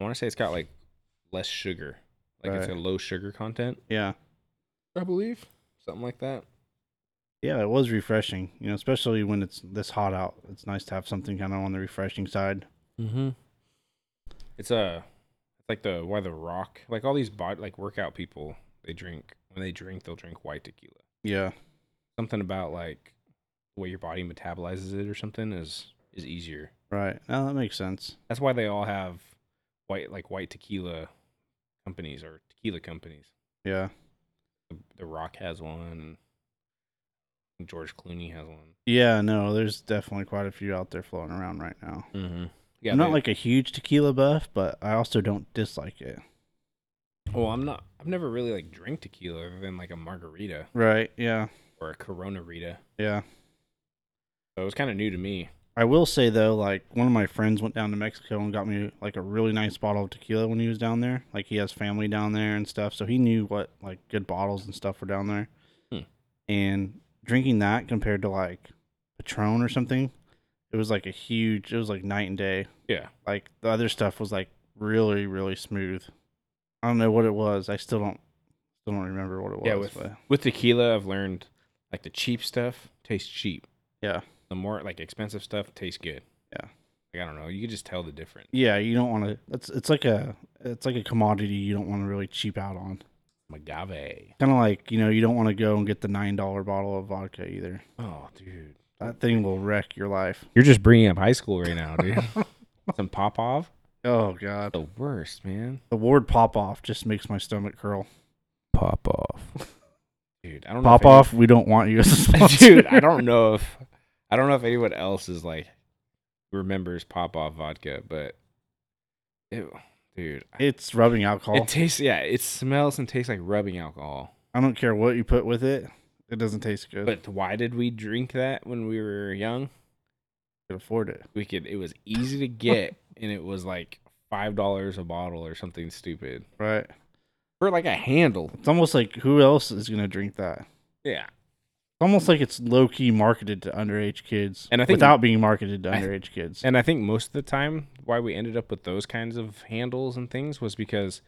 Speaker 2: I want to say it's got like less sugar. Like it's a
Speaker 1: Right.
Speaker 2: low sugar content,
Speaker 1: yeah,
Speaker 2: I believe. Something like that.
Speaker 1: yeah. It was refreshing, you know, especially when it's this hot out. It's nice to have something kind of on the refreshing side.
Speaker 2: Mm-hmm. It's uh it's like the why the rock like all these bod like workout people they drink when they drink they'll drink white tequila.
Speaker 1: Yeah,
Speaker 2: Something about like the way your body metabolizes it or something is is easier.
Speaker 1: right. No, that makes sense.
Speaker 2: That's why they all have white like white tequila companies or tequila companies.
Speaker 1: Yeah,
Speaker 2: The, the Rock has one. And George Clooney has one.
Speaker 1: yeah. No, there's definitely quite a few out there floating around right now.
Speaker 2: Mm-hmm. Yeah,
Speaker 1: I'm not
Speaker 2: they-
Speaker 1: like a huge tequila buff, but I also don't dislike it.
Speaker 2: well, I'm not. I've never really like drank tequila other than like a margarita
Speaker 1: Right. Yeah.
Speaker 2: or a Corona Rita.
Speaker 1: Yeah.
Speaker 2: So it was kind of new to me.
Speaker 1: I will say though, like one of my friends went down to Mexico and got me like a really nice bottle of tequila when he was down there. Like he has family down there and stuff, so he knew what like good bottles and stuff were down there.
Speaker 2: Hmm.
Speaker 1: And drinking that compared to like Patron or something, it was like a huge. It was like night and day.
Speaker 2: Yeah.
Speaker 1: Like the other stuff was like really really smooth. I don't know what it was. I still don't still don't remember what it was.
Speaker 2: Yeah, with
Speaker 1: but-
Speaker 2: with tequila, I've learned like the cheap stuff tastes cheap.
Speaker 1: Yeah.
Speaker 2: The more like expensive stuff tastes good.
Speaker 1: Yeah.
Speaker 2: Like I don't know, you can just tell the difference.
Speaker 1: yeah, you don't want to. It's it's like a it's like a commodity you don't want to really cheap out on.
Speaker 2: Agave.
Speaker 1: Kind of like you know you don't want to go and get the nine dollar bottle of vodka either.
Speaker 2: Oh, dude.
Speaker 1: That thing will wreck your life.
Speaker 2: You're just bringing up high school right now, dude. Some Popov,
Speaker 1: Oh god,
Speaker 2: the worst, man.
Speaker 1: the word "pop off" just makes my stomach curl.
Speaker 2: Pop off, dude. I don't know if
Speaker 1: Pop off. We don't want you as a
Speaker 2: any-
Speaker 1: sponsor.
Speaker 2: dude. I don't know if I don't know if anyone else is like remembers Pop off vodka, but it, dude,
Speaker 1: It's rubbing alcohol.
Speaker 2: it tastes yeah, it smells and tastes like rubbing alcohol.
Speaker 1: I don't care what you put with it. It doesn't taste good.
Speaker 2: But why did we drink that when we were young?
Speaker 1: you can afford it.
Speaker 2: We could. It was easy to get, and it was like five dollars a bottle or something stupid
Speaker 1: Right.
Speaker 2: for like a handle.
Speaker 1: It's almost like who else is gonna drink that? It's
Speaker 2: Yeah,
Speaker 1: almost like it's low key marketed to underage kids.
Speaker 2: And I think-
Speaker 1: without being marketed to
Speaker 2: I-
Speaker 1: underage kids.
Speaker 2: And I think most of the time, why we ended up with those kinds of handles and things was because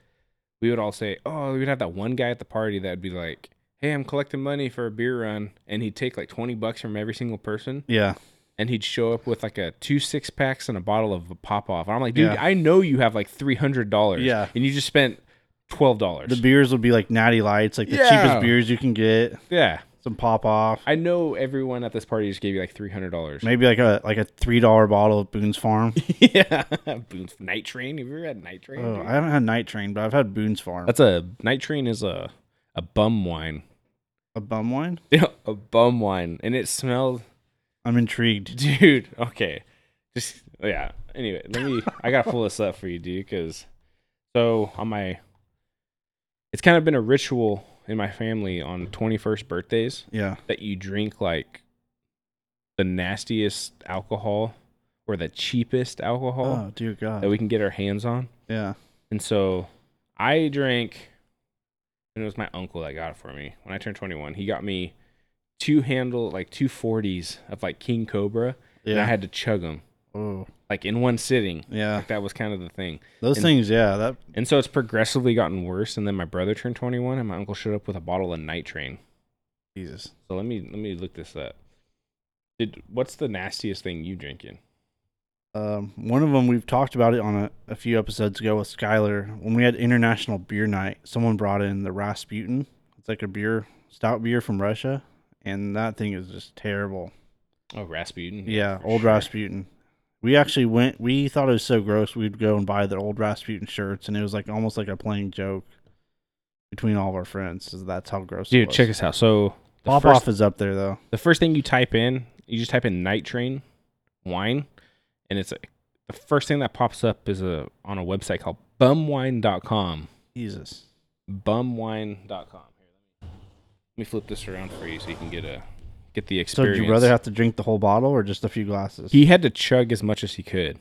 Speaker 2: we would all say, "Oh, we'd have that one guy at the party that'd be like." Hey, I'm collecting money for a beer run, and he'd take like twenty bucks from every single person,
Speaker 1: yeah.
Speaker 2: and he'd show up with like a two six packs and a bottle of pop off. And I'm like, dude,
Speaker 1: Yeah.
Speaker 2: I know you have like three hundred dollars,
Speaker 1: Yeah.
Speaker 2: and you just spent twelve dollars.
Speaker 1: The beers would be like natty lights, like the
Speaker 2: Yeah.
Speaker 1: cheapest beers you can get.
Speaker 2: yeah,
Speaker 1: Some pop off.
Speaker 2: I know everyone at this party just gave you like three hundred dollars.
Speaker 1: Maybe like a like a three dollar bottle of Boone's Farm.
Speaker 2: yeah, Boone's Night Train. Have you ever had Night Train?
Speaker 1: Oh,
Speaker 2: dude?
Speaker 1: I haven't had Night Train, but I've had Boone's Farm.
Speaker 2: That's a Night Train is a a bum wine.
Speaker 1: a bum wine.
Speaker 2: Yeah, a bum wine, and it smelled,
Speaker 1: I'm intrigued.
Speaker 2: dude. Okay, just yeah. Anyway, let me. I gotta pull this up for you, dude, because so on my, it's kind of been a ritual in my family on twenty first birthdays.
Speaker 1: Yeah.
Speaker 2: that you drink like the nastiest alcohol or the cheapest alcohol
Speaker 1: Oh dear God.
Speaker 2: that we can get our hands on.
Speaker 1: yeah.
Speaker 2: And so I drank, and it was my uncle that got it for me when I turned 21. He got me two handle, like two 40s of like King Cobra, and I
Speaker 1: Yeah.
Speaker 2: had to chug them
Speaker 1: oh.
Speaker 2: like in one sitting.
Speaker 1: Yeah.
Speaker 2: Like that was kind of the thing.
Speaker 1: Those
Speaker 2: and-
Speaker 1: things. Yeah. That.
Speaker 2: And so it's progressively gotten worse. And then my brother turned 21, and my uncle showed up with a bottle of Night Train.
Speaker 1: Jesus.
Speaker 2: So let me let me look this up. Did what's the nastiest thing you drinking?
Speaker 1: Um, one of them we've talked about it on a, a few episodes ago with Skylar when we had international beer night. Someone brought in the Rasputin. It's like a beer, stout beer from Russia, and that thing is just terrible.
Speaker 2: Oh, Rasputin.
Speaker 1: Yeah,
Speaker 2: for
Speaker 1: old
Speaker 2: sure.
Speaker 1: Rasputin. We actually went. We thought it was so gross. We'd go and buy the old Rasputin shirts, and it was like almost like a playing joke between all of our friends. Is that's how gross. it
Speaker 2: Dude,
Speaker 1: was.
Speaker 2: check this out. So the
Speaker 1: Pop
Speaker 2: first,
Speaker 1: off is up there though.
Speaker 2: the first thing you type in, you just type in night train wine, and it's the first thing that pops up is a on a website called bumwine.com.
Speaker 1: Jesus.
Speaker 2: Bumwine.com. Here, let me flip this around for you so you can get a get the
Speaker 1: So, do
Speaker 2: experience.
Speaker 1: you rather have to drink the whole bottle or just a few glasses?
Speaker 2: He had to chug as much as he could.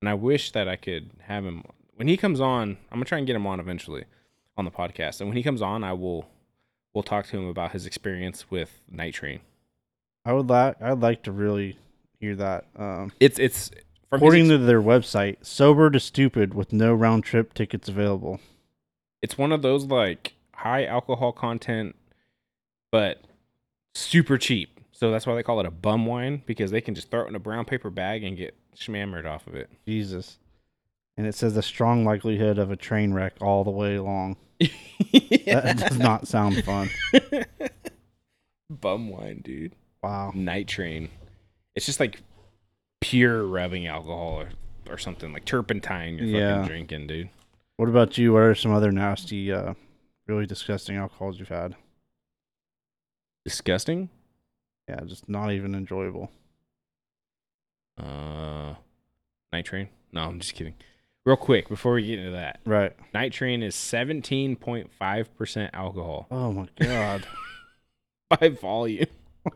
Speaker 2: And I wish that I could have him when he comes on, I'm gonna try and get him on eventually on the podcast. And when he comes on, I will we'll talk to him about his experience with Night Train.
Speaker 1: I would like. I'd like to really hear that. Um,
Speaker 2: It's it's from his,
Speaker 1: according
Speaker 2: ex-
Speaker 1: to their website, sober to stupid with no round trip tickets available.
Speaker 2: it's one of those like high alcohol content but super cheap. So that's why they call it a bum wine because they can just throw it in a brown paper bag and get shmammered off of it.
Speaker 1: Jesus. And it says a strong likelihood of a train wreck all the way along. That does not sound fun.
Speaker 2: Bum wine, dude.
Speaker 1: Wow.
Speaker 2: night train. It's just like pure rubbing alcohol or, or something like turpentine you're
Speaker 1: Yeah.
Speaker 2: fucking drinking, dude.
Speaker 1: What about you? What are some other nasty, uh, really disgusting alcohols you've had?
Speaker 2: Disgusting.
Speaker 1: Yeah, just not even enjoyable.
Speaker 2: Uh night train. No, I'm just kidding. Real quick before we get into that.
Speaker 1: Right.
Speaker 2: Night train is 17.5% alcohol
Speaker 1: Oh my god.
Speaker 2: by volume.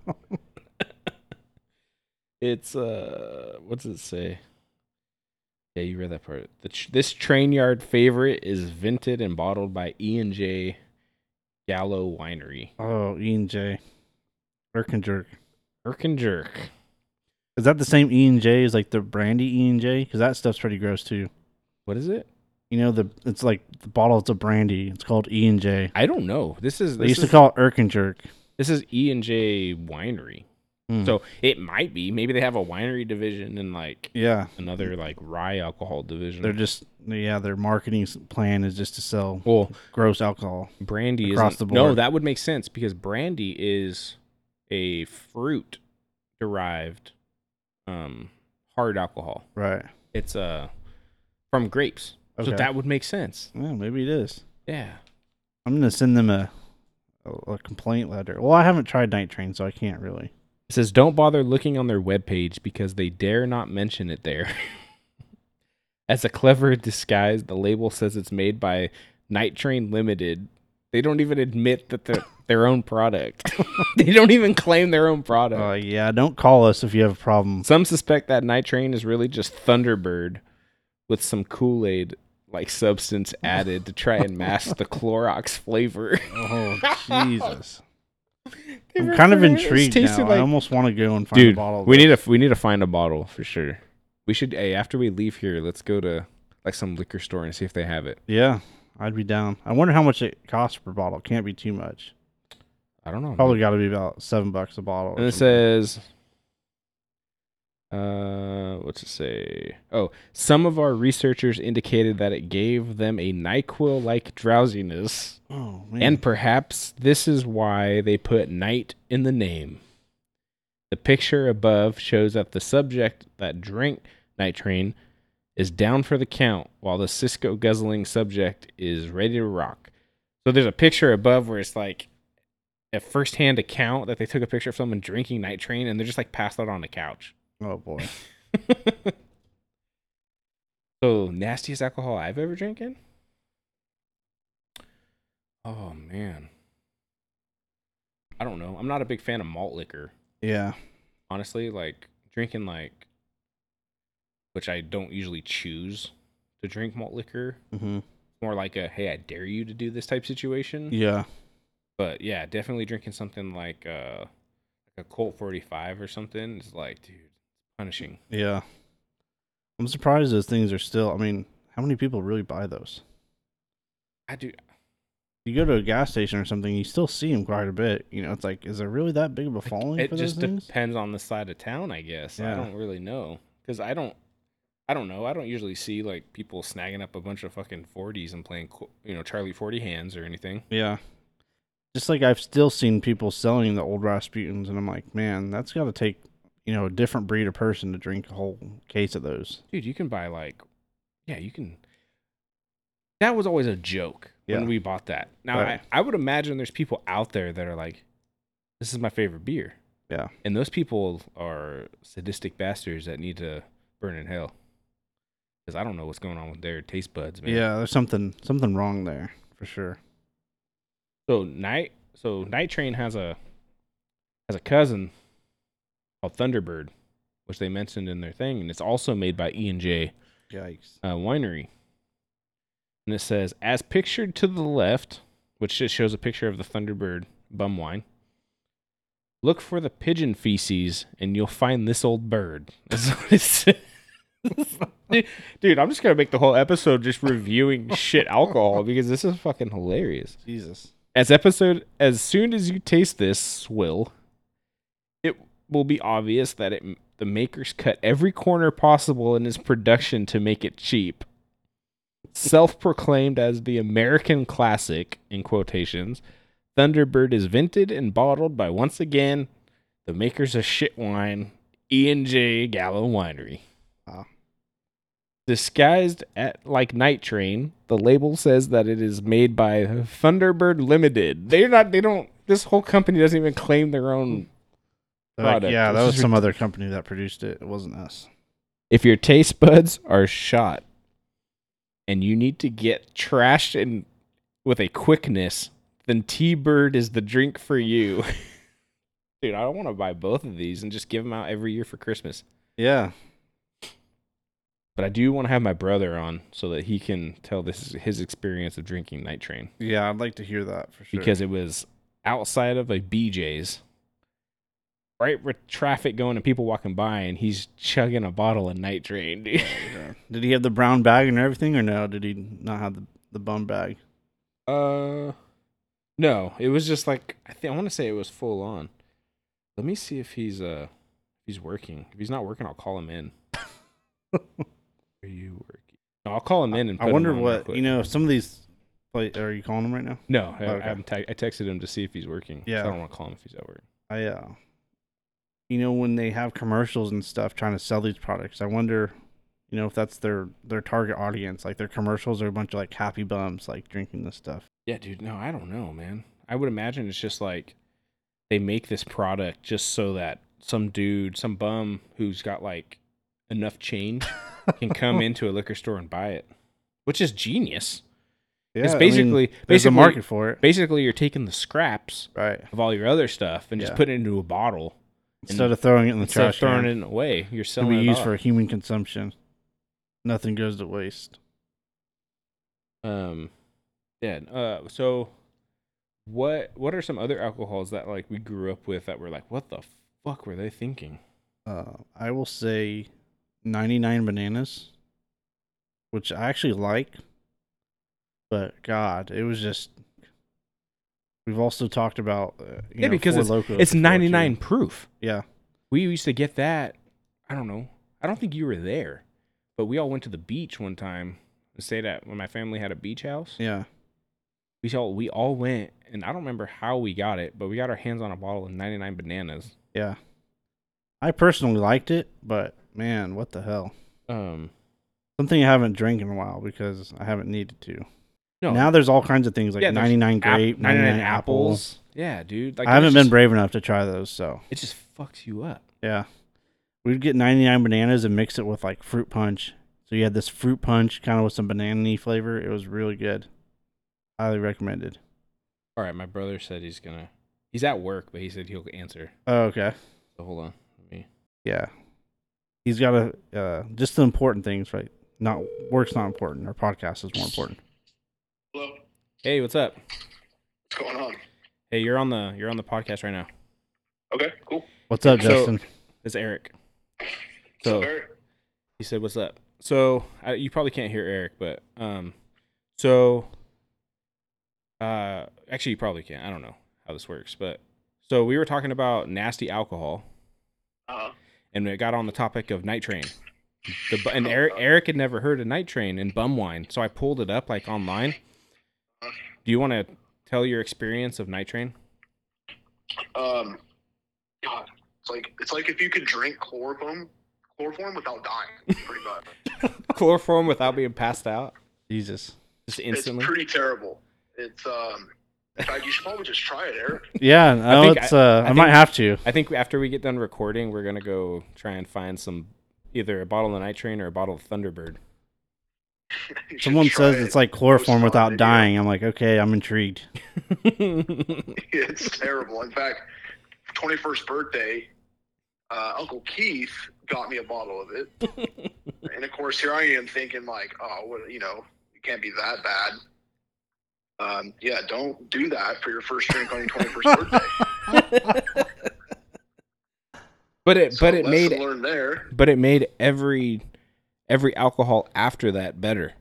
Speaker 2: it's uh what's it say? Yeah, you read that part. The tr- this train yard favorite is vented and bottled by E&J Gallo Winery.
Speaker 1: oh, E and J. Jerk and jerk.
Speaker 2: Jerk and jerk.
Speaker 1: Is that the same E and J as like the brandy E and J? Because that stuff's pretty gross too.
Speaker 2: What is it?
Speaker 1: You know the it's like the bottles of brandy. It's called E and J.
Speaker 2: I don't know. This is
Speaker 1: They
Speaker 2: this
Speaker 1: used
Speaker 2: is,
Speaker 1: to call it Irk and Jerk.
Speaker 2: this is E and J Winery.
Speaker 1: Hmm.
Speaker 2: So it might be. Maybe they have a winery division and like
Speaker 1: yeah,
Speaker 2: another like rye alcohol division.
Speaker 1: they're just yeah their marketing s- plan is just to sell
Speaker 2: well,
Speaker 1: gross alcohol.
Speaker 2: brandy
Speaker 1: Across
Speaker 2: is
Speaker 1: the
Speaker 2: no.
Speaker 1: board.
Speaker 2: That would make sense because brandy is a fruit derived um, hard alcohol.
Speaker 1: Right.
Speaker 2: It's uh, from grapes. So
Speaker 1: Okay.
Speaker 2: that would make sense.
Speaker 1: Yeah, maybe it is.
Speaker 2: Yeah.
Speaker 1: I'm gonna send them a a, a complaint letter. Well, I haven't tried Night Train, so I can't really.
Speaker 2: It says don't bother looking on their webpage because they dare not mention it there. As a clever disguise, the label says it's made by Night Train Limited. They don't even admit that they're their own product. they don't even claim their own product.
Speaker 1: Uh, yeah, don't call us if you have a problem.
Speaker 2: Some suspect that Night Train is really just Thunderbird with some Kool Aid like substance added to try and mask the Clorox flavor.
Speaker 1: Oh Jesus! I'm kind of intrigued now. I almost want to go and find a
Speaker 2: Dude,
Speaker 1: bottle. of
Speaker 2: we
Speaker 1: this.
Speaker 2: need to we need to find a bottle for sure. We should. Hey, after we leave here, let's go to like some liquor store and see if they have it.
Speaker 1: Yeah, I'd be down. I wonder how much it costs per bottle. Can't be too much.
Speaker 2: I don't know.
Speaker 1: Probably got to be about seven bucks a bottle. or
Speaker 2: And it
Speaker 1: something.
Speaker 2: says, uh, what's it say? Oh, some of our researchers indicated that it gave them a Nyquil like drowsiness,
Speaker 1: oh man,
Speaker 2: and perhaps this is why they put night in the name. The picture above shows that the subject that drank Night Train is down for the count, while the Cisco guzzling subject is ready to rock. So there's a picture above where it's like a firsthand account that they took a picture of someone drinking Night Train and they're just like passed out on the couch.
Speaker 1: oh boy,
Speaker 2: so nastiest alcohol I've ever drinking. Oh man, I don't know. I'm not a big fan of malt liquor
Speaker 1: yeah,
Speaker 2: honestly, like drinking like, which I don't usually choose to drink malt liquor.
Speaker 1: hmm
Speaker 2: More like a hey, I dare you to do this type situation.
Speaker 1: yeah.
Speaker 2: But yeah, definitely drinking something like uh, like a Colt 45 or something is like, dude, punishing.
Speaker 1: Yeah. I'm surprised those things are still. I mean, how many people really buy those?
Speaker 2: I do.
Speaker 1: You go to a gas station or something, you still see them quite a bit. You know, it's like, is there really that big of a following
Speaker 2: It
Speaker 1: for
Speaker 2: just
Speaker 1: those things?
Speaker 2: depends on the side of town, I guess. I
Speaker 1: Yeah.
Speaker 2: don't really know because I don't. I don't know. I don't usually see like people snagging up a bunch of fucking 40s and playing, Col- you know, Charlie 40 hands or anything.
Speaker 1: yeah. Just like I've still seen people selling the old Rasputins, and I'm like, man, that's got to take, you know, a different breed of person to drink a whole case of those.
Speaker 2: dude you can buy like yeah you can that was always a joke
Speaker 1: Yeah.
Speaker 2: when we bought that now
Speaker 1: Right.
Speaker 2: I, I would imagine there's people out there that are like this is my favorite beer
Speaker 1: Yeah.
Speaker 2: and those people are sadistic bastards that need to burn in hell because i don't know what's going on with their taste buds man
Speaker 1: Yeah, there's something something wrong there for sure.
Speaker 2: so night so night train has a has a cousin called thunderbird which they mentioned in their thing and it's also made by e and j
Speaker 1: Yikes.
Speaker 2: uh, winery. And it says, as pictured to the left, which just shows a picture of the Thunderbird bum wine. Look for the pigeon feces and you'll find this old bird. That's what it says. Dude- Dude, I'm just going to make the whole episode just reviewing shit alcohol because this is fucking hilarious.
Speaker 1: Jesus.
Speaker 2: As episode as soon as you taste this swill, it will be obvious that it the makers cut every corner possible in its production to make it cheap. Self-proclaimed as the American classic in quotations, Thunderbird is vented and bottled by once again the makers of shit wine, E and J Gallo Winery.
Speaker 1: Wow.
Speaker 2: Disguised at like Night Train, the label says that it is made by Thunderbird Limited. They're not. They don't. This whole company doesn't even claim their own.
Speaker 1: They're like,
Speaker 2: Product.
Speaker 1: yeah, that
Speaker 2: This
Speaker 1: was
Speaker 2: is
Speaker 1: some other company that produced it. It wasn't us.
Speaker 2: If your taste buds are shot, and you need to get trashed and with a quickness, then T Bird is the drink for you. Dude, I don't want to buy both of these and just give them out every year for Christmas.
Speaker 1: Yeah.
Speaker 2: But I do want to have my brother on so that he can tell this his experience of drinking Night Train
Speaker 1: Yeah, I'd like to hear that for sure.
Speaker 2: because it was outside of a BJ's, right with traffic going and people walking by, and he's chugging a bottle of Night Train. Dude.
Speaker 1: Yeah. Did he have the brown bag and everything, or no? Did he not have the, the bum bag?
Speaker 2: Uh, no, it was just like I think I want to say it was full on. Let me see if he's uh he's working. If he's not working, I'll call him in. Are you working? No, I'll call him in and.
Speaker 1: I
Speaker 2: put him
Speaker 1: wonder
Speaker 2: on real
Speaker 1: what
Speaker 2: quick.
Speaker 1: you know. If some of these, like, are you calling them right now?
Speaker 2: No, I,
Speaker 1: Okay.
Speaker 2: I'm te- I texted him to see if he's working. 'cause
Speaker 1: Yeah.
Speaker 2: I don't want to call him if he's at work.
Speaker 1: I uh, you know, when they have commercials and stuff trying to sell these products, I wonder, you know, if that's their their target audience. Like their commercials are a bunch of like happy bums like drinking this stuff.
Speaker 2: Yeah, dude. No, I don't know, man. I would imagine it's just like they make this product just so that some dude, some bum who's got like enough change can come into a liquor store and buy it, which is genius.
Speaker 1: Yeah,
Speaker 2: it's
Speaker 1: I mean,
Speaker 2: basically
Speaker 1: there's
Speaker 2: basically
Speaker 1: a market for it,
Speaker 2: Basically, you're taking the scraps
Speaker 1: right?
Speaker 2: of all your other stuff and just
Speaker 1: Yeah.
Speaker 2: putting it into a bottle
Speaker 1: Instead of throwing it in the
Speaker 2: instead of
Speaker 1: trash,
Speaker 2: throwing
Speaker 1: can,
Speaker 2: it away. You're
Speaker 1: to
Speaker 2: selling
Speaker 1: be
Speaker 2: it
Speaker 1: used
Speaker 2: off.
Speaker 1: for human consumption. Nothing goes to waste.
Speaker 2: Um, yeah. Uh, so what what are some other alcohols that like we grew up with that were like, what the fuck were they thinking?
Speaker 1: Uh, I will say 99 bananas, which I actually like, but God, it was just. We've also talked about uh, you
Speaker 2: Yeah,
Speaker 1: know,
Speaker 2: because
Speaker 1: Four Locos
Speaker 2: It's
Speaker 1: before, too.
Speaker 2: 99 proof.
Speaker 1: Yeah,
Speaker 2: We used to get that. I don't know. I don't think you were there, but we all went to the beach one time and stayed at when my family had a beach house.
Speaker 1: yeah,
Speaker 2: We all we all went, and I don't remember how we got it, but we got our hands on a bottle of 99 bananas.
Speaker 1: yeah. I personally liked it, but man, what the hell?
Speaker 2: Um,
Speaker 1: Something I haven't drank in a while because I haven't needed to.
Speaker 2: no,
Speaker 1: Now there's all kinds of things like
Speaker 2: Yeah, there's
Speaker 1: 99
Speaker 2: ap-
Speaker 1: grape, 99, apples.
Speaker 2: Yeah, dude. Like
Speaker 1: I haven't
Speaker 2: it's
Speaker 1: been
Speaker 2: just-
Speaker 1: brave enough to try those, so.
Speaker 2: It just fucks you up.
Speaker 1: Yeah. We'd get 99 bananas and mix it with like fruit punch. So you had this fruit punch kind of with some banana flavor. It was really good. Highly recommended.
Speaker 2: All right, my brother said he's gonna. He's at work, but he said he'll answer.
Speaker 1: Oh, okay.
Speaker 2: So hold on. Let me.
Speaker 1: Yeah. He's got a uh, just the important things, right? Not work's not important. Our podcast is more important.
Speaker 3: Hello, what's
Speaker 2: Hey, what's up?
Speaker 3: going on?
Speaker 2: Hey, you're on the you're on the podcast right now.
Speaker 3: Okay, cool.
Speaker 1: What's up,
Speaker 2: So-
Speaker 1: Justin?
Speaker 2: It's Eric.
Speaker 3: So,
Speaker 2: So he said, "What's up?" So I, you probably can't hear Eric, but um, so uh, actually you probably can. I don't know how this works, but so we were talking about nasty alcohol,
Speaker 3: uh,
Speaker 2: and it got on the topic of Night Train. The, bu- and Eric, Eric had never heard of Night Train and bum wine, so I pulled it up like online. Do you want to tell your experience of Night Train?
Speaker 3: um, God, it's like it's like if you could drink chloroform, chloroform without dying, pretty much.
Speaker 2: Chloroform without being passed out,
Speaker 1: Jesus.
Speaker 2: just
Speaker 3: It's
Speaker 2: instantly.
Speaker 3: pretty terrible. It's um, in fact, you should probably just try it, Eric.
Speaker 1: Yeah, no,
Speaker 2: think
Speaker 1: it's uh, I,
Speaker 2: think-
Speaker 1: might have to.
Speaker 2: I think after we get done recording, we're gonna go try and find some either a bottle of Night Train or a bottle of Thunderbird.
Speaker 3: You should
Speaker 1: Someone
Speaker 3: try
Speaker 1: says
Speaker 3: it.
Speaker 1: it's like chloroform
Speaker 3: Post on
Speaker 1: without
Speaker 3: video.
Speaker 1: dying. I'm like, okay, I'm intrigued.
Speaker 3: It's terrible. In fact, twenty first birthday, uh, Uncle Keith got me a bottle of it, and of course here I am thinking like, oh, what, you know, it can't be that bad. Um, yeah, don't do that for your first drink on your twenty first birthday.
Speaker 2: but it
Speaker 3: So
Speaker 2: but it
Speaker 3: lesson
Speaker 2: made
Speaker 3: learned there.
Speaker 2: but it made every every alcohol after that better.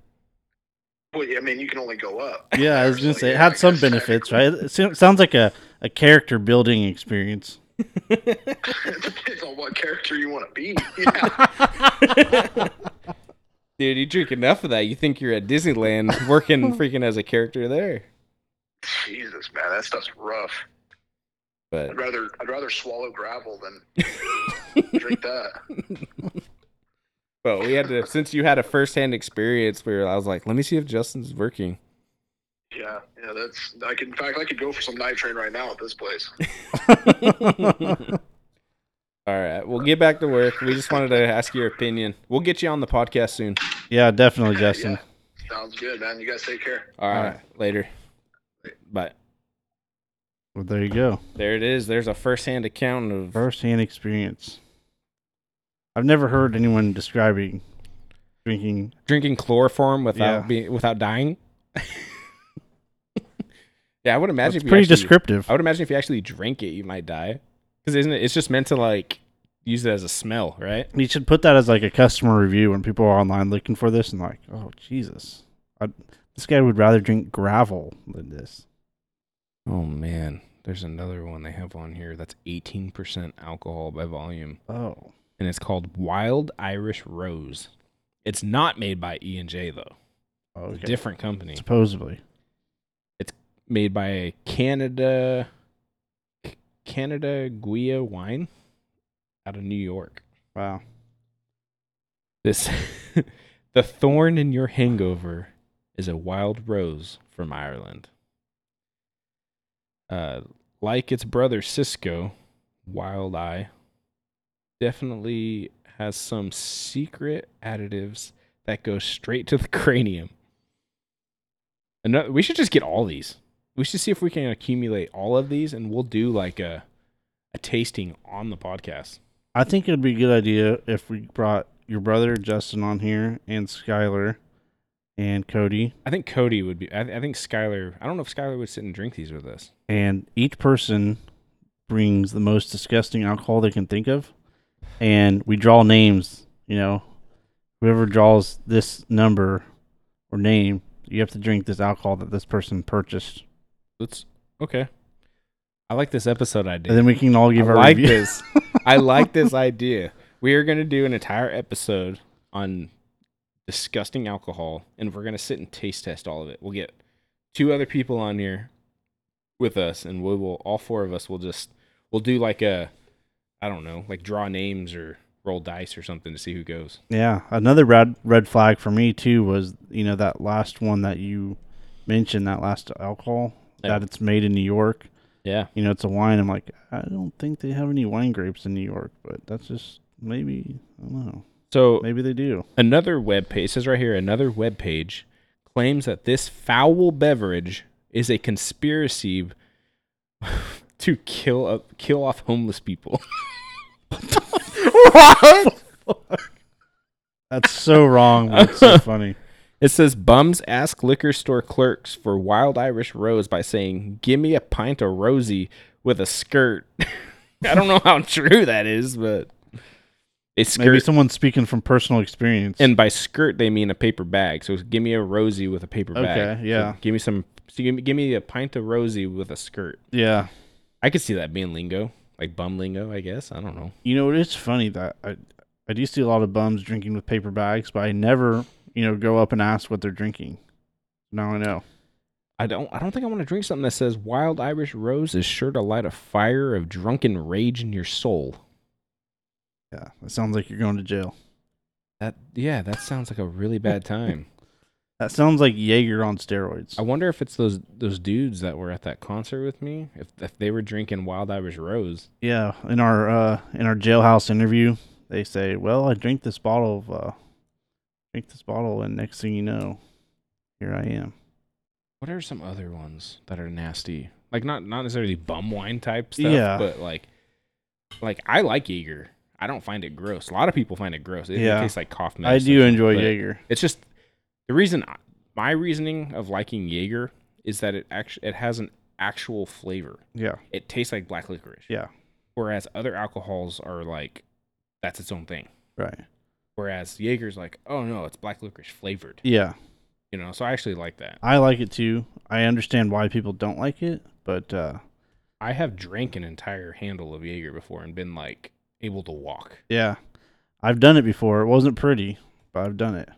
Speaker 3: Well, yeah, I mean, you can only go up.
Speaker 1: Yeah, I was gonna
Speaker 3: So,
Speaker 1: say it
Speaker 3: yeah,
Speaker 1: had
Speaker 3: I
Speaker 1: some
Speaker 3: guess that-
Speaker 1: benefits, right? It so- sounds like a, a character building experience.
Speaker 3: it depends on what character you want to be. Yeah,
Speaker 2: Dude, you drink enough of that, you think you're at Disneyland working freaking as a character there.
Speaker 3: Jesus, man, that stuff's rough.
Speaker 2: But
Speaker 3: I'd rather I'd rather swallow gravel than drink that.
Speaker 2: but we had to since you had a first hand experience where I was like, let me see if Justin's working.
Speaker 3: Yeah, yeah, that's. I could, in fact, I could go for some night train right now at this place.
Speaker 2: All right, we'll get back to work. We just wanted to ask your opinion. We'll get you on the podcast soon.
Speaker 1: Yeah, definitely, Justin.
Speaker 3: Sounds good, man. You guys take care.
Speaker 2: All right,
Speaker 1: All right.
Speaker 2: later. But
Speaker 1: Well, there you go.
Speaker 2: there it is. There's a first-hand account of
Speaker 1: First hand experience. I've never heard anyone describing drinking.
Speaker 2: drinking chloroform without
Speaker 1: Yeah.
Speaker 2: being without dying. yeah, I would imagine.
Speaker 1: It's
Speaker 2: if you
Speaker 1: pretty
Speaker 2: actually-
Speaker 1: descriptive.
Speaker 2: I would imagine if you actually drink it, you might die. Because isn't it? It's just meant to like use it as a smell, right?
Speaker 1: You should put that as like a customer review when people are online looking for this and like, oh Jesus, I, this guy would rather drink gravel than this.
Speaker 2: Oh man, there's another one they have on here that's 18% alcohol by volume.
Speaker 1: Oh,
Speaker 2: and it's called Wild Irish Rose. It's not made by E and J though. It's
Speaker 1: okay.
Speaker 2: a different company. It's
Speaker 1: Supposedly,
Speaker 2: made by Canada Canada Guia Wine. out of New York.
Speaker 1: Wow.
Speaker 2: This The thorn in your hangover is a wild rose from Ireland. Uh, like its brother Cisco, Wild Eye definitely has some secret additives that go straight to the cranium. Another, we should just get all these. We should see if we can accumulate all of these, and we'll do like a a tasting on the podcast.
Speaker 1: I think it'd be a good idea if we brought your brother Justin on here and Skylar and Cody,
Speaker 2: I think Cody would be. I, I think Skylar. I don't know if Skylar would sit and drink these with us.
Speaker 1: and each person brings the most disgusting alcohol they can think of, and we draw names. You know, whoever draws this number or name, you have to drink this alcohol that this person purchased,
Speaker 2: Let's okay. I like this episode idea.
Speaker 1: and then we can all give
Speaker 2: I
Speaker 1: our
Speaker 2: like
Speaker 1: review.
Speaker 2: this. I like this idea. We are going to do an entire episode on disgusting alcohol, and we're going to sit and taste test all of it. We'll get two other people on here with us, and we will all four of us will just we'll do like a I don't know, like draw names or roll dice or something to see who goes.
Speaker 1: Yeah, another red red flag for me too was you know that last one that you mentioned that last alcohol
Speaker 2: Yeah.
Speaker 1: that it's made in New York.
Speaker 2: Yeah,
Speaker 1: You know, it's a wine. I'm like, I don't think they have any wine grapes in New York, but that's just maybe I don't know.
Speaker 2: so
Speaker 1: Maybe they do.
Speaker 2: another web page says right here another web page claims that this foul beverage is a conspiracy to kill up, kill off homeless people.
Speaker 1: That's so wrong, but it's so funny.
Speaker 2: It says bums ask liquor store clerks for wild Irish rose by saying, "Give me a pint of rosy with a skirt." I don't know how true that is, but a skirt,
Speaker 1: Maybe someone's speaking from personal experience.
Speaker 2: and by skirt they mean a paper bag. So give me a rosy with a paper bag.
Speaker 1: Okay, yeah.
Speaker 2: So give me some. So give me, give me a pint of rosy with a skirt.
Speaker 1: yeah,
Speaker 2: I could see that being lingo, like bum lingo, I guess. I don't know.
Speaker 1: you know, it's funny that I I do see a lot of bums drinking with paper bags, but I never you know go up and ask what they're drinking. Now I know.
Speaker 2: I don't. I don't think I want to drink something that says "Wild Irish Rose is sure to light a fire of drunken rage in your soul."
Speaker 1: Yeah, it sounds like you're going to jail.
Speaker 2: That yeah, that sounds like a really bad time.
Speaker 1: That sounds like Jaeger on steroids.
Speaker 2: I wonder if it's those those dudes that were at that concert with me. If if they were drinking Wild Irish Rose,
Speaker 1: Yeah, in our uh, in our jailhouse interview, they say, "Well, I drink this bottle of uh, drink this bottle, and next thing you know, here I am."
Speaker 2: what are some other ones that are nasty? Like not not necessarily bum wine type stuff,
Speaker 1: Yeah.
Speaker 2: but like like I like Jaeger. I don't find it gross. A lot of people find it gross. It
Speaker 1: Yeah.
Speaker 2: tastes like cough
Speaker 1: I
Speaker 2: medicine,
Speaker 1: do enjoy
Speaker 2: but-
Speaker 1: Jaeger.
Speaker 2: It's just the reason I, my reasoning of liking Jaeger is that it actually it has an actual flavor.
Speaker 1: Yeah,
Speaker 2: It tastes like black licorice.
Speaker 1: Yeah.
Speaker 2: Whereas other alcohols are like that's its own thing.
Speaker 1: right.
Speaker 2: Whereas Jaeger's like, oh no, it's black licorice flavored.
Speaker 1: Yeah,
Speaker 2: You know, so I actually like that.
Speaker 1: I like it too. I understand why people don't like it, but uh,
Speaker 2: I have drank an entire handle of Jaeger before and been like able to walk.
Speaker 1: yeah, I've done it before. It wasn't pretty, but I've done it.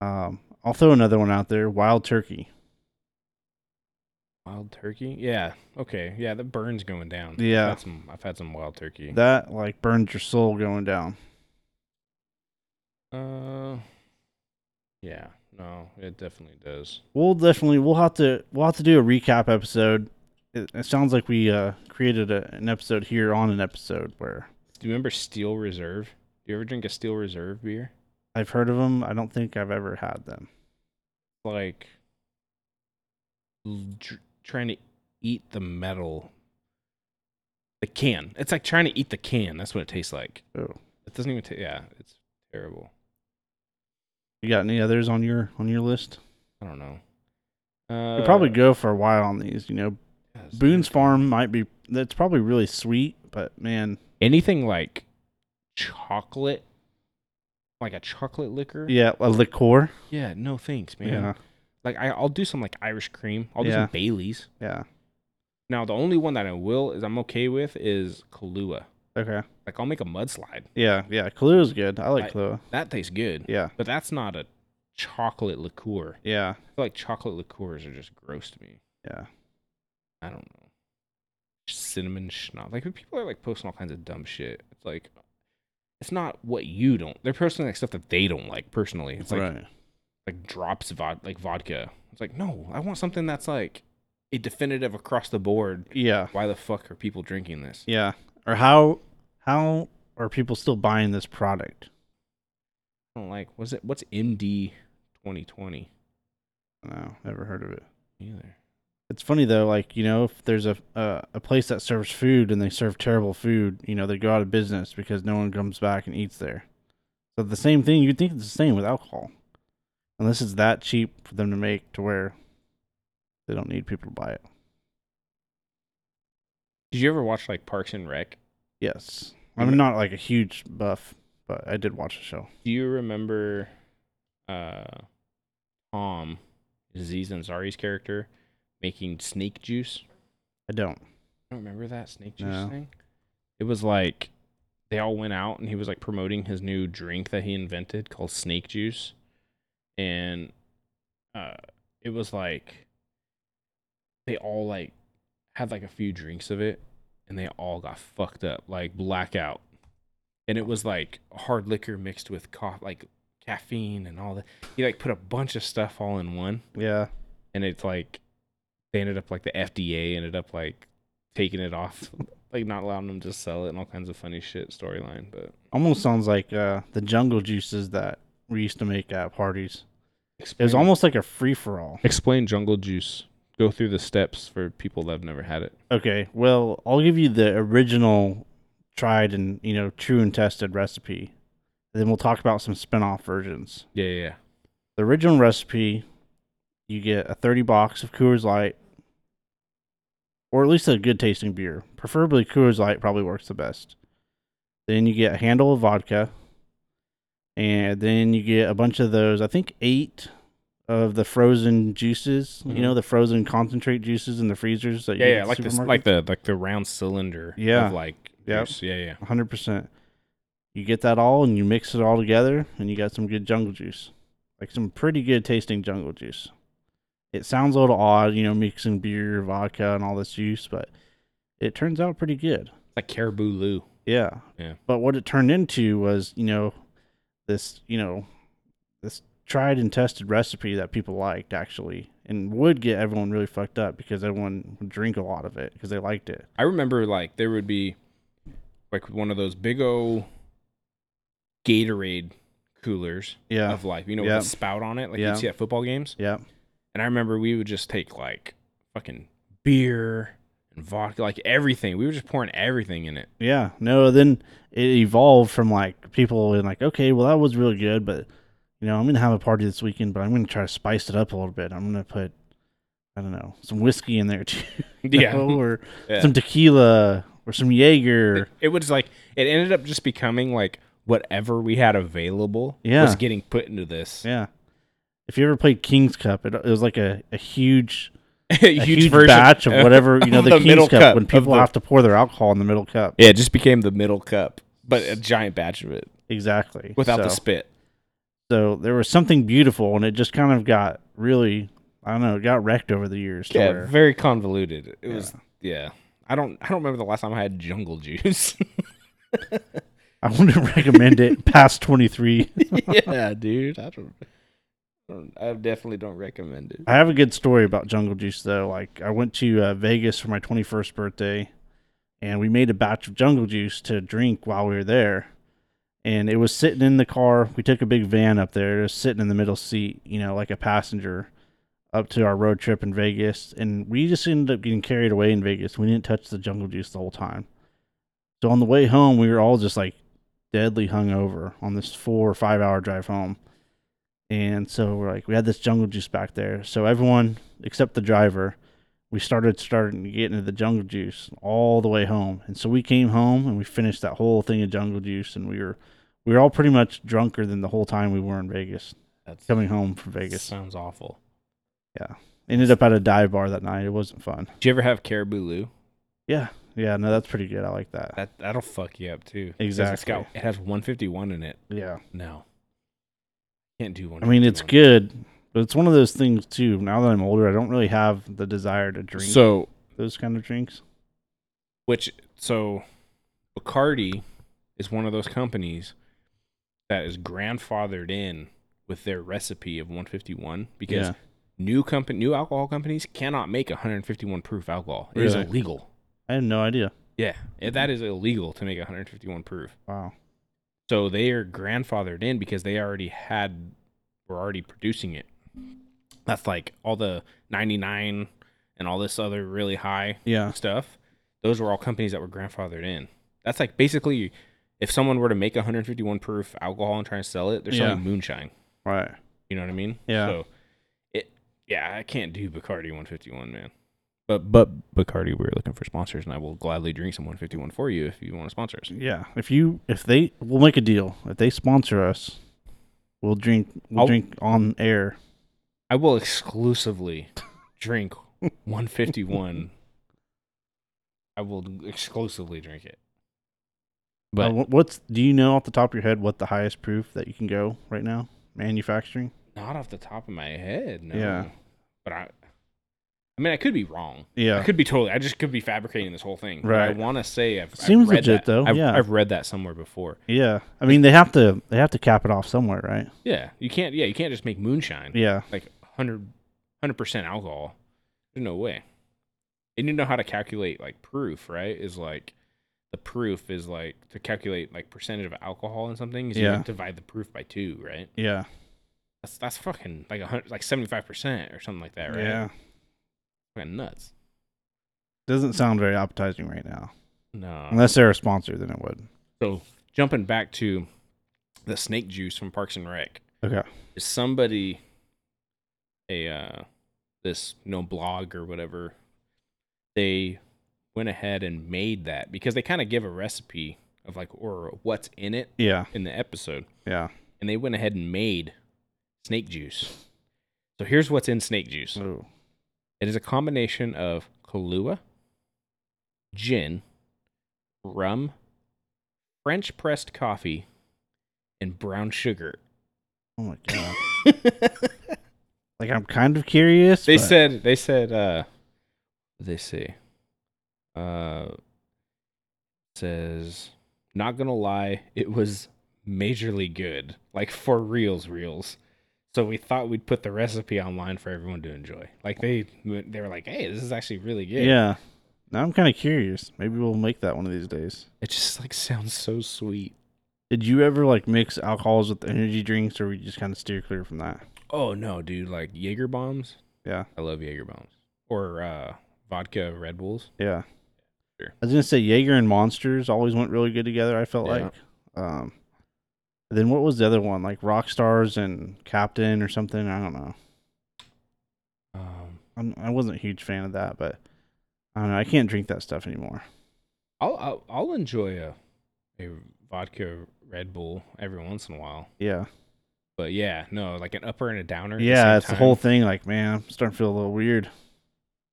Speaker 1: Um, I'll throw another one out there: Wild Turkey.
Speaker 2: Wild turkey? Yeah. Okay. Yeah, the burn's going down.
Speaker 1: Yeah.
Speaker 2: I've had some, I've had some wild turkey.
Speaker 1: That like burns your soul going down.
Speaker 2: Uh, yeah, no, it definitely does.
Speaker 1: We'll definitely we'll have to we'll have to do a recap episode. It, it sounds like we uh, created a, an episode here on an episode where
Speaker 2: Do you remember Steel Reserve? Do you ever drink a Steel Reserve beer?
Speaker 1: I've heard of them. I don't think I've ever had them.
Speaker 2: Like l- dr- trying to eat the metal, the can. It's like trying to eat the can. That's what it tastes like.
Speaker 1: Oh,
Speaker 2: It doesn't even taste. Yeah, it's terrible.
Speaker 1: you got any others on your on your list?
Speaker 2: I don't know. Uh,
Speaker 1: You'll probably go for a while on these. You know,
Speaker 2: yes,
Speaker 1: Boone's
Speaker 2: dude.
Speaker 1: Farm might be that's probably really sweet, but man,
Speaker 2: Anything like chocolate, like a chocolate liquor.
Speaker 1: yeah, a liqueur.
Speaker 2: Yeah, no thanks, man.
Speaker 1: Yeah,
Speaker 2: Like I, I'll do some like Irish cream. I'll do
Speaker 1: Yeah.
Speaker 2: some Bailey's.
Speaker 1: yeah.
Speaker 2: Now the only one that I will is I'm okay with is Kahlua.
Speaker 1: Okay.
Speaker 2: Like I'll make a mudslide.
Speaker 1: Yeah, yeah. Kalua's good. I like
Speaker 2: I-
Speaker 1: Kahlua.
Speaker 2: That tastes good.
Speaker 1: Yeah,
Speaker 2: But that's not a chocolate liqueur.
Speaker 1: yeah,
Speaker 2: I feel like chocolate liqueurs are just gross to me.
Speaker 1: yeah.
Speaker 2: I don't know. cinnamon schnapps. Like people are like posting all kinds of dumb shit. It's like it's not what you don't. They're posting like stuff that they don't like personally. It's like
Speaker 1: right.
Speaker 2: like drops vod- like vodka. It's like no, I want something that's like a definitive across the board.
Speaker 1: Yeah.
Speaker 2: Why the fuck are people drinking this?
Speaker 1: Yeah. Or how how are people still buying this product?
Speaker 2: I don't like. What's it? What's MD 2020?
Speaker 1: No, never heard of it.
Speaker 2: Either.
Speaker 1: It's funny though, like you know, if there's a uh, a place that serves food and they serve terrible food, you know, they go out of business because no one comes back and eats there. So the same thing, you'd think it's the same with alcohol, unless it's that cheap for them to make to where they don't need people to buy it.
Speaker 2: Did you ever watch like Parks and Rec?
Speaker 1: Yes, I'm not like a huge buff, but I did watch the show.
Speaker 2: Do you remember uh Tom Aziz Ansari's character making snake juice?
Speaker 1: I don't.
Speaker 2: I don't remember that snake juice
Speaker 1: No.
Speaker 2: thing. It was like they all went out and he was like promoting his new drink that he invented called snake juice. And uh it was like they all like had like a few drinks of it and they all got fucked up, like blackout. And it was like hard liquor mixed with coffee, like caffeine and all that. He like put a bunch of stuff all in one
Speaker 1: Yeah,
Speaker 2: and it's like they ended up like the FDA ended up like taking it off, like not allowing them to sell it and all kinds of funny shit storyline. But
Speaker 1: almost sounds like uh, the jungle juices that we used to make at parties. It
Speaker 2: explain,
Speaker 1: was almost like a free for all.
Speaker 2: explain jungle juice. Go through the steps for people that have never had it.
Speaker 1: Okay, well, I'll give you the original tried and, you know, true and tested recipe. And then we'll talk about some spin-off versions.
Speaker 2: Yeah, yeah, yeah.
Speaker 1: The original recipe, you get a 30 box of Coors Light or at least a good tasting beer. Preferably Coors Light probably works the best. Then you get a handle of vodka and then you get a bunch of those, I think 8 of the frozen juices, you
Speaker 2: Mhm.
Speaker 1: know, the frozen concentrate juices in the freezers that you
Speaker 2: yeah,
Speaker 1: get
Speaker 2: yeah.
Speaker 1: at
Speaker 2: Like
Speaker 1: the
Speaker 2: this,
Speaker 1: supermarket.
Speaker 2: like the like the round cylinder.
Speaker 1: Yeah.
Speaker 2: Of like
Speaker 1: Yep.
Speaker 2: juice. Yeah, yeah.
Speaker 1: hundred percent. You get that all and you mix it all together, and you got some good jungle juice, like some pretty good tasting jungle juice. It sounds a little odd, you know, mixing beer, vodka, and all this juice, but it turns out pretty good.
Speaker 2: It's like caribou Lou.
Speaker 1: Yeah.
Speaker 2: Yeah.
Speaker 1: But what it turned into was, you know, this, you know, this tried and tested recipe that people liked actually, and would get everyone really fucked up because everyone would drink a lot of it because they liked it.
Speaker 2: I remember like there would be like one of those big old Gatorade coolers
Speaker 1: Yeah.
Speaker 2: of like you know
Speaker 1: Yeah.
Speaker 2: with a spout on it, like
Speaker 1: Yeah.
Speaker 2: you see at football games.
Speaker 1: yeah.
Speaker 2: And I remember we would just take like fucking beer and vodka, like everything. We were just pouring everything in it.
Speaker 1: Yeah, no, then it evolved from like people and like, okay, well that was really good, but you know, I'm gonna have a party this weekend, but I'm gonna try to spice it up a little bit. I'm gonna put I don't know, some whiskey in there too. you know, or
Speaker 2: Yeah.
Speaker 1: some tequila or some Jaeger.
Speaker 2: It was like it ended up just becoming like whatever we had available
Speaker 1: Yeah.
Speaker 2: was getting put into this.
Speaker 1: Yeah. If you ever played King's Cup, it, it was like a, a huge a huge,
Speaker 2: version
Speaker 1: batch of whatever you know the,
Speaker 2: the
Speaker 1: King's
Speaker 2: middle
Speaker 1: Cup,
Speaker 2: cup
Speaker 1: when
Speaker 2: of
Speaker 1: people
Speaker 2: the-
Speaker 1: have to pour their alcohol in the middle cup.
Speaker 2: Yeah, it just became the middle cup, but a giant batch of it
Speaker 1: Exactly.
Speaker 2: without the
Speaker 1: So-
Speaker 2: spit.
Speaker 1: So there was something beautiful, and it just kind of got really, I don't know, it got wrecked over the years. to
Speaker 2: Yeah,
Speaker 1: where-
Speaker 2: very convoluted. It was yeah. I don't I don't remember the last time I had jungle juice.
Speaker 1: I wouldn't recommend it past 23.
Speaker 2: yeah, dude. I don't, I don't I definitely don't recommend it.
Speaker 1: I have a good story about jungle juice, though. Like, I went to uh, Vegas for my 21st birthday, and we made a batch of jungle juice to drink while we were there. And it was sitting in the car. We took a big van up there, it was sitting in the middle seat, you know, like a passenger up to our road trip in Vegas. And we just ended up getting carried away in Vegas. We didn't touch the jungle juice the whole time. So on the way home, we were all just like deadly hungover on this four or five hour drive home. And so we're like, we had this jungle juice back there. So everyone except the driver, we started starting to get into the jungle juice all the way home. And so we came home and we finished that whole thing of jungle juice, and we were we were all pretty much drunker than the whole time we were in Vegas.
Speaker 2: That's
Speaker 1: Coming home from Vegas,
Speaker 2: Sounds awful.
Speaker 1: ended up at a dive bar that night. It wasn't fun.
Speaker 2: Did you ever have caribou Lou?
Speaker 1: Yeah, yeah, no, that's pretty good. I like that.
Speaker 2: That that'll fuck you up too. 'Cause It's
Speaker 1: Exactly.
Speaker 2: got, it has 151 in it.
Speaker 1: Yeah,
Speaker 2: No, can't do one.
Speaker 1: I mean it's good, but it's one of those things too. Now that I'm older, I don't really have the desire to drink
Speaker 2: So
Speaker 1: those kind of drinks.
Speaker 2: Which so Bacardi is one of those companies that is grandfathered in with their recipe of 151 because
Speaker 1: Yeah.
Speaker 2: new company new alcohol companies cannot make 151 proof alcohol. It is
Speaker 1: Really? Mm-hmm.
Speaker 2: illegal.
Speaker 1: I had no idea.
Speaker 2: Yeah, it- that is illegal to make 151 proof.
Speaker 1: Wow.
Speaker 2: So they are grandfathered in because they already had were already producing it. That's like all the 99 and all this other really high
Speaker 1: Yeah.
Speaker 2: stuff. Those were all companies that were grandfathered in. That's like basically if someone were to make 151 proof alcohol and try and sell it, they're selling
Speaker 1: Yeah.
Speaker 2: moonshine.
Speaker 1: Right.
Speaker 2: You know what I mean?
Speaker 1: Yeah.
Speaker 2: So it yeah, I can't do Bacardi 151, man. But but Bacardi, we're looking for sponsors, and I will gladly drink some 151 for you if you want to sponsor us.
Speaker 1: Yeah. If you if they we'll make a deal. If they sponsor us, we'll drink we'll
Speaker 2: I'll-
Speaker 1: drink on air.
Speaker 2: I will exclusively drink 151. I will exclusively drink it.
Speaker 1: But
Speaker 2: But
Speaker 1: what's do you know off the top of your head what the highest proof that you can go right now? Manufacturing?
Speaker 2: not off the top of my head, no.
Speaker 1: Yeah.
Speaker 2: But I I mean, I could be wrong. I
Speaker 1: Yeah.
Speaker 2: could be totally. I just could be fabricating this whole thing. But I
Speaker 1: Right.
Speaker 2: want to say I've I've
Speaker 1: Seems
Speaker 2: read
Speaker 1: legit,
Speaker 2: that-
Speaker 1: though,
Speaker 2: I've,
Speaker 1: yeah.
Speaker 2: I've read that somewhere before.
Speaker 1: Yeah. I mean they have to they have to cap it off somewhere, right?
Speaker 2: Yeah, you can't. Yeah, you can't just make moonshine.
Speaker 1: Yeah.
Speaker 2: like 100 percent alcohol. There's no way. And you know how to calculate like proof, right? Is like the proof is like to calculate like percentage of alcohol in something. Is
Speaker 1: Yeah.
Speaker 2: You divide the proof by two, right?
Speaker 1: Yeah.
Speaker 2: That's that's fucking like a hundred, like seventy five percent or something like that, right?
Speaker 1: Yeah.
Speaker 2: Fucking nuts.
Speaker 1: Doesn't sound very appetizing right now.
Speaker 2: No.
Speaker 1: Unless they're a sponsor, then it would.
Speaker 2: So jumping back to the snake juice from Parks and Rec,
Speaker 1: Okay.
Speaker 2: is somebody a uh, this you know blog or whatever they went ahead and made that because they kind of give a recipe of like or what's in it
Speaker 1: Yeah.
Speaker 2: in the episode,
Speaker 1: Yeah.
Speaker 2: and they went ahead and made snake juice. So here's what's in snake juice.
Speaker 1: Ooh.
Speaker 2: It is a combination of Kahlua, gin, rum, French pressed coffee, and brown sugar.
Speaker 1: Oh my god.
Speaker 2: they
Speaker 1: like I'm kind of curious. but-
Speaker 2: said they said uh what did they say uh says not gonna lie, it was majorly good. Like for reals reals. So we thought we'd put the recipe online for everyone to enjoy. Like they they were like, "Hey, this is actually really
Speaker 1: Yeah.
Speaker 2: good."
Speaker 1: Now I'm kind of curious. Maybe we'll make that one of these days.
Speaker 2: It just like sounds so sweet.
Speaker 1: Did you ever like mix alcohols with energy drinks, or we just kind of steer clear from that?
Speaker 2: Oh no, dude, like Jaeger bombs.
Speaker 1: Yeah.
Speaker 2: I love Jaeger bombs. Or uh vodka Red Bulls.
Speaker 1: Yeah.
Speaker 2: Sure.
Speaker 1: I was gonna say Jaeger and Monsters always went really good together. I felt
Speaker 2: Yeah.
Speaker 1: like. Um. Then what was the other one? Like rock stars and Captain or something. I don't know.
Speaker 2: Um
Speaker 1: I'm, I wasn't a huge fan of that, but I don't know. I can't drink that stuff anymore.
Speaker 2: I'll I'll, I'll enjoy a a vodka Red Bull every once in a while.
Speaker 1: Yeah.
Speaker 2: But yeah, no, like an upper and a downer. at the
Speaker 1: Yeah,
Speaker 2: same
Speaker 1: it's the
Speaker 2: time.
Speaker 1: whole thing. Like, man, I'm starting to feel a little weird.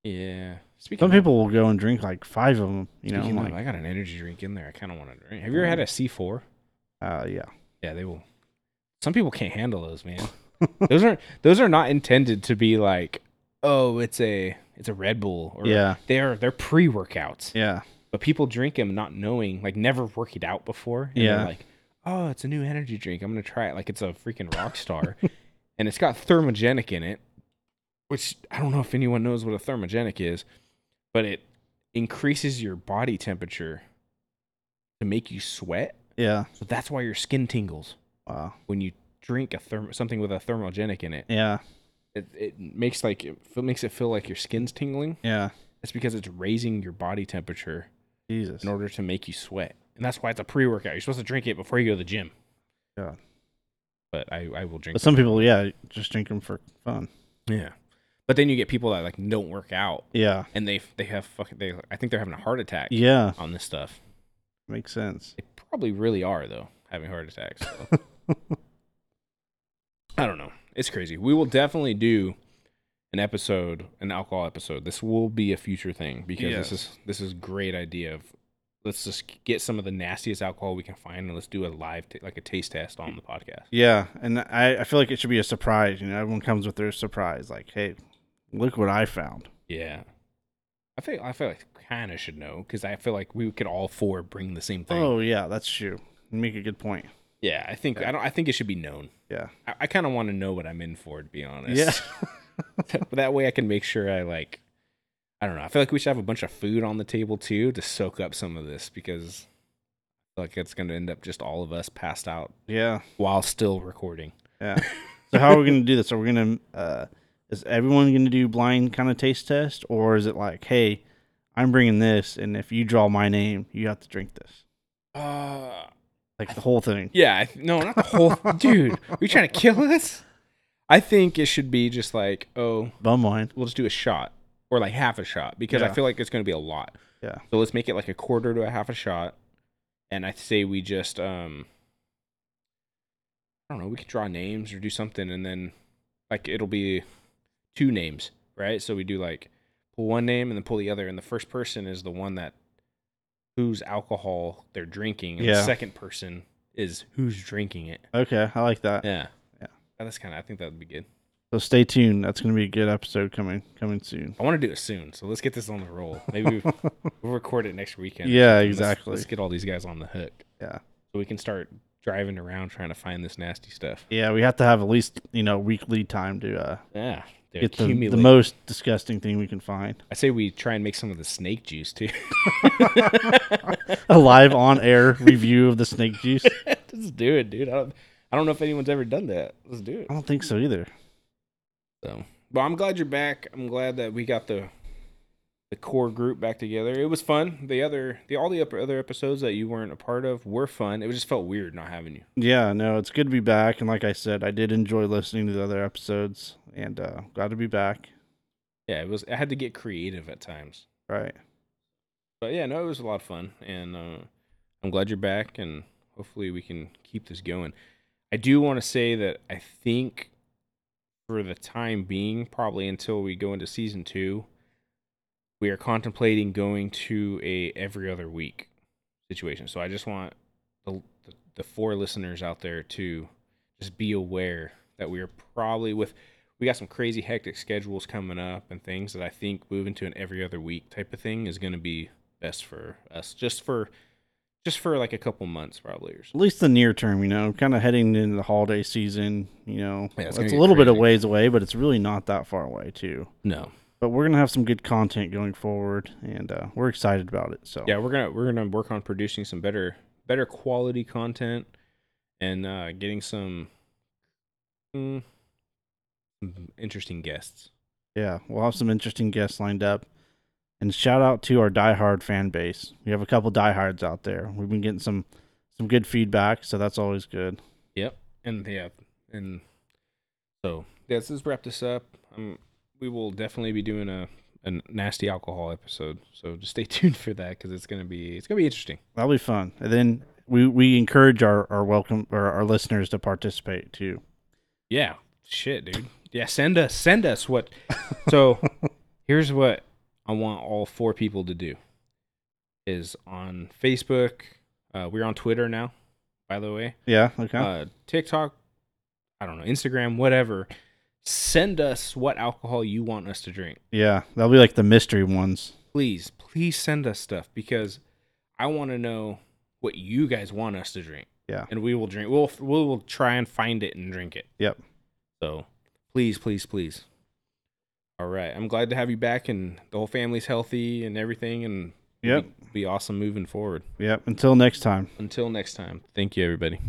Speaker 2: Yeah. Speaking
Speaker 1: Some
Speaker 2: of,
Speaker 1: people will go and drink like five of them. You know,
Speaker 2: speaking
Speaker 1: I'm
Speaker 2: of,
Speaker 1: like,
Speaker 2: I got an energy drink in there. I kind of want to drink. Have you ever had a C4?
Speaker 1: uh, yeah,
Speaker 2: Yeah, they will. Some people can't handle those, man. those are those are not intended to be like, oh, it's a it's a Red Bull or
Speaker 1: yeah,
Speaker 2: they're they're pre workouts.
Speaker 1: yeah,
Speaker 2: But people drink them not knowing, like never worked it out before. And
Speaker 1: Yeah.
Speaker 2: They're like, oh, it's a new energy drink. I'm gonna try it. Like it's a freaking rock star, and it's got thermogenic in it, which I don't know if anyone knows what a thermogenic is, but it increases your body temperature to make you sweat.
Speaker 1: yeah.
Speaker 2: So that's why your skin tingles
Speaker 1: Wow.
Speaker 2: when you drink a therm- something with a thermogenic in it.
Speaker 1: Yeah,
Speaker 2: It, it makes like it fe- makes it feel like your skin's tingling.
Speaker 1: yeah.
Speaker 2: That's because it's raising your body temperature
Speaker 1: Jesus.
Speaker 2: in order to make you sweat. And that's why it's a pre workout. You're supposed to drink it before you go to the gym.
Speaker 1: God.
Speaker 2: But I, I will drink
Speaker 1: But some people, yeah, just drink them for fun.
Speaker 2: it. Yeah. But then you get people that like don't work out
Speaker 1: Yeah,
Speaker 2: and they they have fucking they I think they're having a heart attack
Speaker 1: yeah.
Speaker 2: on this stuff.
Speaker 1: Makes sense.
Speaker 2: They probably really are though, having heart attacks. so. I don't know. It's crazy. We will definitely do an episode, an alcohol episode. This will be a future thing because
Speaker 1: Yes.
Speaker 2: this is this is great idea of let's just get some of the nastiest alcohol we can find and let's do a live t- like a taste test on the podcast.
Speaker 1: Yeah, and I, I feel like it should be a surprise. You know, everyone comes with their surprise. Like, hey, look what I found.
Speaker 2: Yeah. I feel I feel like kind of should know because I feel like we could all four bring the same thing.
Speaker 1: Oh yeah, that's true. You make a good point.
Speaker 2: Yeah, I think I don't. I think it should be known.
Speaker 1: Yeah.
Speaker 2: I, I kind of want to know what I'm in for, to be honest.
Speaker 1: Yeah.
Speaker 2: but that way I can make sure I like. I don't know. I feel like we should have a bunch of food on the table too to soak up some of this because, I feel like, it's going to end up just all of us passed out
Speaker 1: Yeah.
Speaker 2: while still recording.
Speaker 1: Yeah. So how are we going to do this? Are we going to uh is everyone going to do blind kind of taste test or is it like, "Hey, I'm bringing this and if you draw my name, you have to drink this."
Speaker 2: Uh,
Speaker 1: Like the whole thing.
Speaker 2: yeah. I th- No, not the whole dude. Are you trying to kill us? I think it should be just like, oh,
Speaker 1: Bum wine.
Speaker 2: we'll just do a shot or like half a shot because I
Speaker 1: Yeah.
Speaker 2: feel like it's going to be a lot.
Speaker 1: Yeah.
Speaker 2: So let's make it like a quarter to a half a shot, and I say we just um, I don't know, we could draw names or do something, and then like it'll be two names, right? So we do like pull one name and then pull the other, and the first person is the one that whose alcohol they're drinking, and
Speaker 1: Yeah.
Speaker 2: the second person is who's drinking it.
Speaker 1: Okay, I like that.
Speaker 2: Yeah.
Speaker 1: Uh, Yeah.
Speaker 2: That's kind of, I think that would be good.
Speaker 1: So stay tuned. That's going to be a good episode coming coming soon.
Speaker 2: I want to do it soon, so let's get this on the roll. Maybe we- we'll record it next weekend. or
Speaker 1: Yeah,
Speaker 2: something. Let's-
Speaker 1: exactly.
Speaker 2: Let's, get all these guys on the hook.
Speaker 1: Yeah.
Speaker 2: So we can start driving around trying to find this nasty stuff.
Speaker 1: yeah, we have to have at least, you know, weekly time to uh
Speaker 2: Yeah. to
Speaker 1: get the, the
Speaker 2: accumulate.
Speaker 1: most disgusting thing we can find.
Speaker 2: I say we try and make some of the snake juice too.
Speaker 1: A live on air review of the snake juice. I
Speaker 2: Let's do it, dude. I don't, I don't know if anyone's ever done that. Let's do it.
Speaker 1: don't think so either.
Speaker 2: So, but I'm glad you're back. I'm glad that we got the the core group back together. It was fun. The other, the all the upper- other episodes that you weren't a part of were fun. It just felt weird not having you.
Speaker 1: Yeah, no, it's good to be back. And like I said, I did enjoy listening to the other episodes and uh, glad to be back.
Speaker 2: Yeah, it was. I had to get creative at times.
Speaker 1: Right.
Speaker 2: but yeah, no, it was a lot of fun, and uh, I'm glad you're back, and hopefully we can keep this going. I do want to say that I think for the time being, probably until we go into season two, we are contemplating going to a every other week situation. So I just want the the, the four listeners out there to just be aware that we are probably with. We got some crazy hectic schedules coming up and things that I think moving to an every other week type of thing is going to be best for us just for just for like a couple months probably or
Speaker 1: At
Speaker 2: something.
Speaker 1: least the near term, you know, kind of heading into the holiday season, you know,
Speaker 2: Yeah,
Speaker 1: it's,
Speaker 2: it's gonna
Speaker 1: a
Speaker 2: get
Speaker 1: little bit of
Speaker 2: crazy.
Speaker 1: ways away, but it's really not that far away, too.
Speaker 2: No.
Speaker 1: But we're going to have some good content going forward and uh, we're excited about it. So,
Speaker 2: Yeah, we're going to we're going to work on producing some better better quality content and uh getting some mm, some interesting guests.
Speaker 1: yeah, we'll have some interesting guests lined up. And shout out to our diehard fan base. We have a couple diehards out there. We've been getting some some good feedback, so that's always good.
Speaker 2: Yep. And yeah, and so yeah, let's just wrap this up. Um, we will definitely be doing a, a nasty alcohol episode, so just stay tuned for that because it's gonna be it's gonna be interesting.
Speaker 1: That'll be fun. And then we we encourage our our welcome or our listeners to participate too.
Speaker 2: Yeah. Shit, dude. Yeah, send us send us what so here's what I want all four people to do is on Facebook. Uh, we're on Twitter now, by the way.
Speaker 1: Yeah. Okay.
Speaker 2: Uh, TikTok, I don't know, Instagram, whatever. Send us what alcohol you want us to drink.
Speaker 1: yeah. That'll be like the mystery ones.
Speaker 2: Please, please send us stuff because I want to know what you guys want us to drink.
Speaker 1: Yeah.
Speaker 2: And we will drink. We'll we will try and find it and drink it.
Speaker 1: Yep.
Speaker 2: So please, please, please. All right. I'm glad to have you back and the whole family's healthy and everything and it'll
Speaker 1: Yep.
Speaker 2: be, be awesome moving forward.
Speaker 1: Yep. Until next time.
Speaker 2: Until next time. Thank you everybody.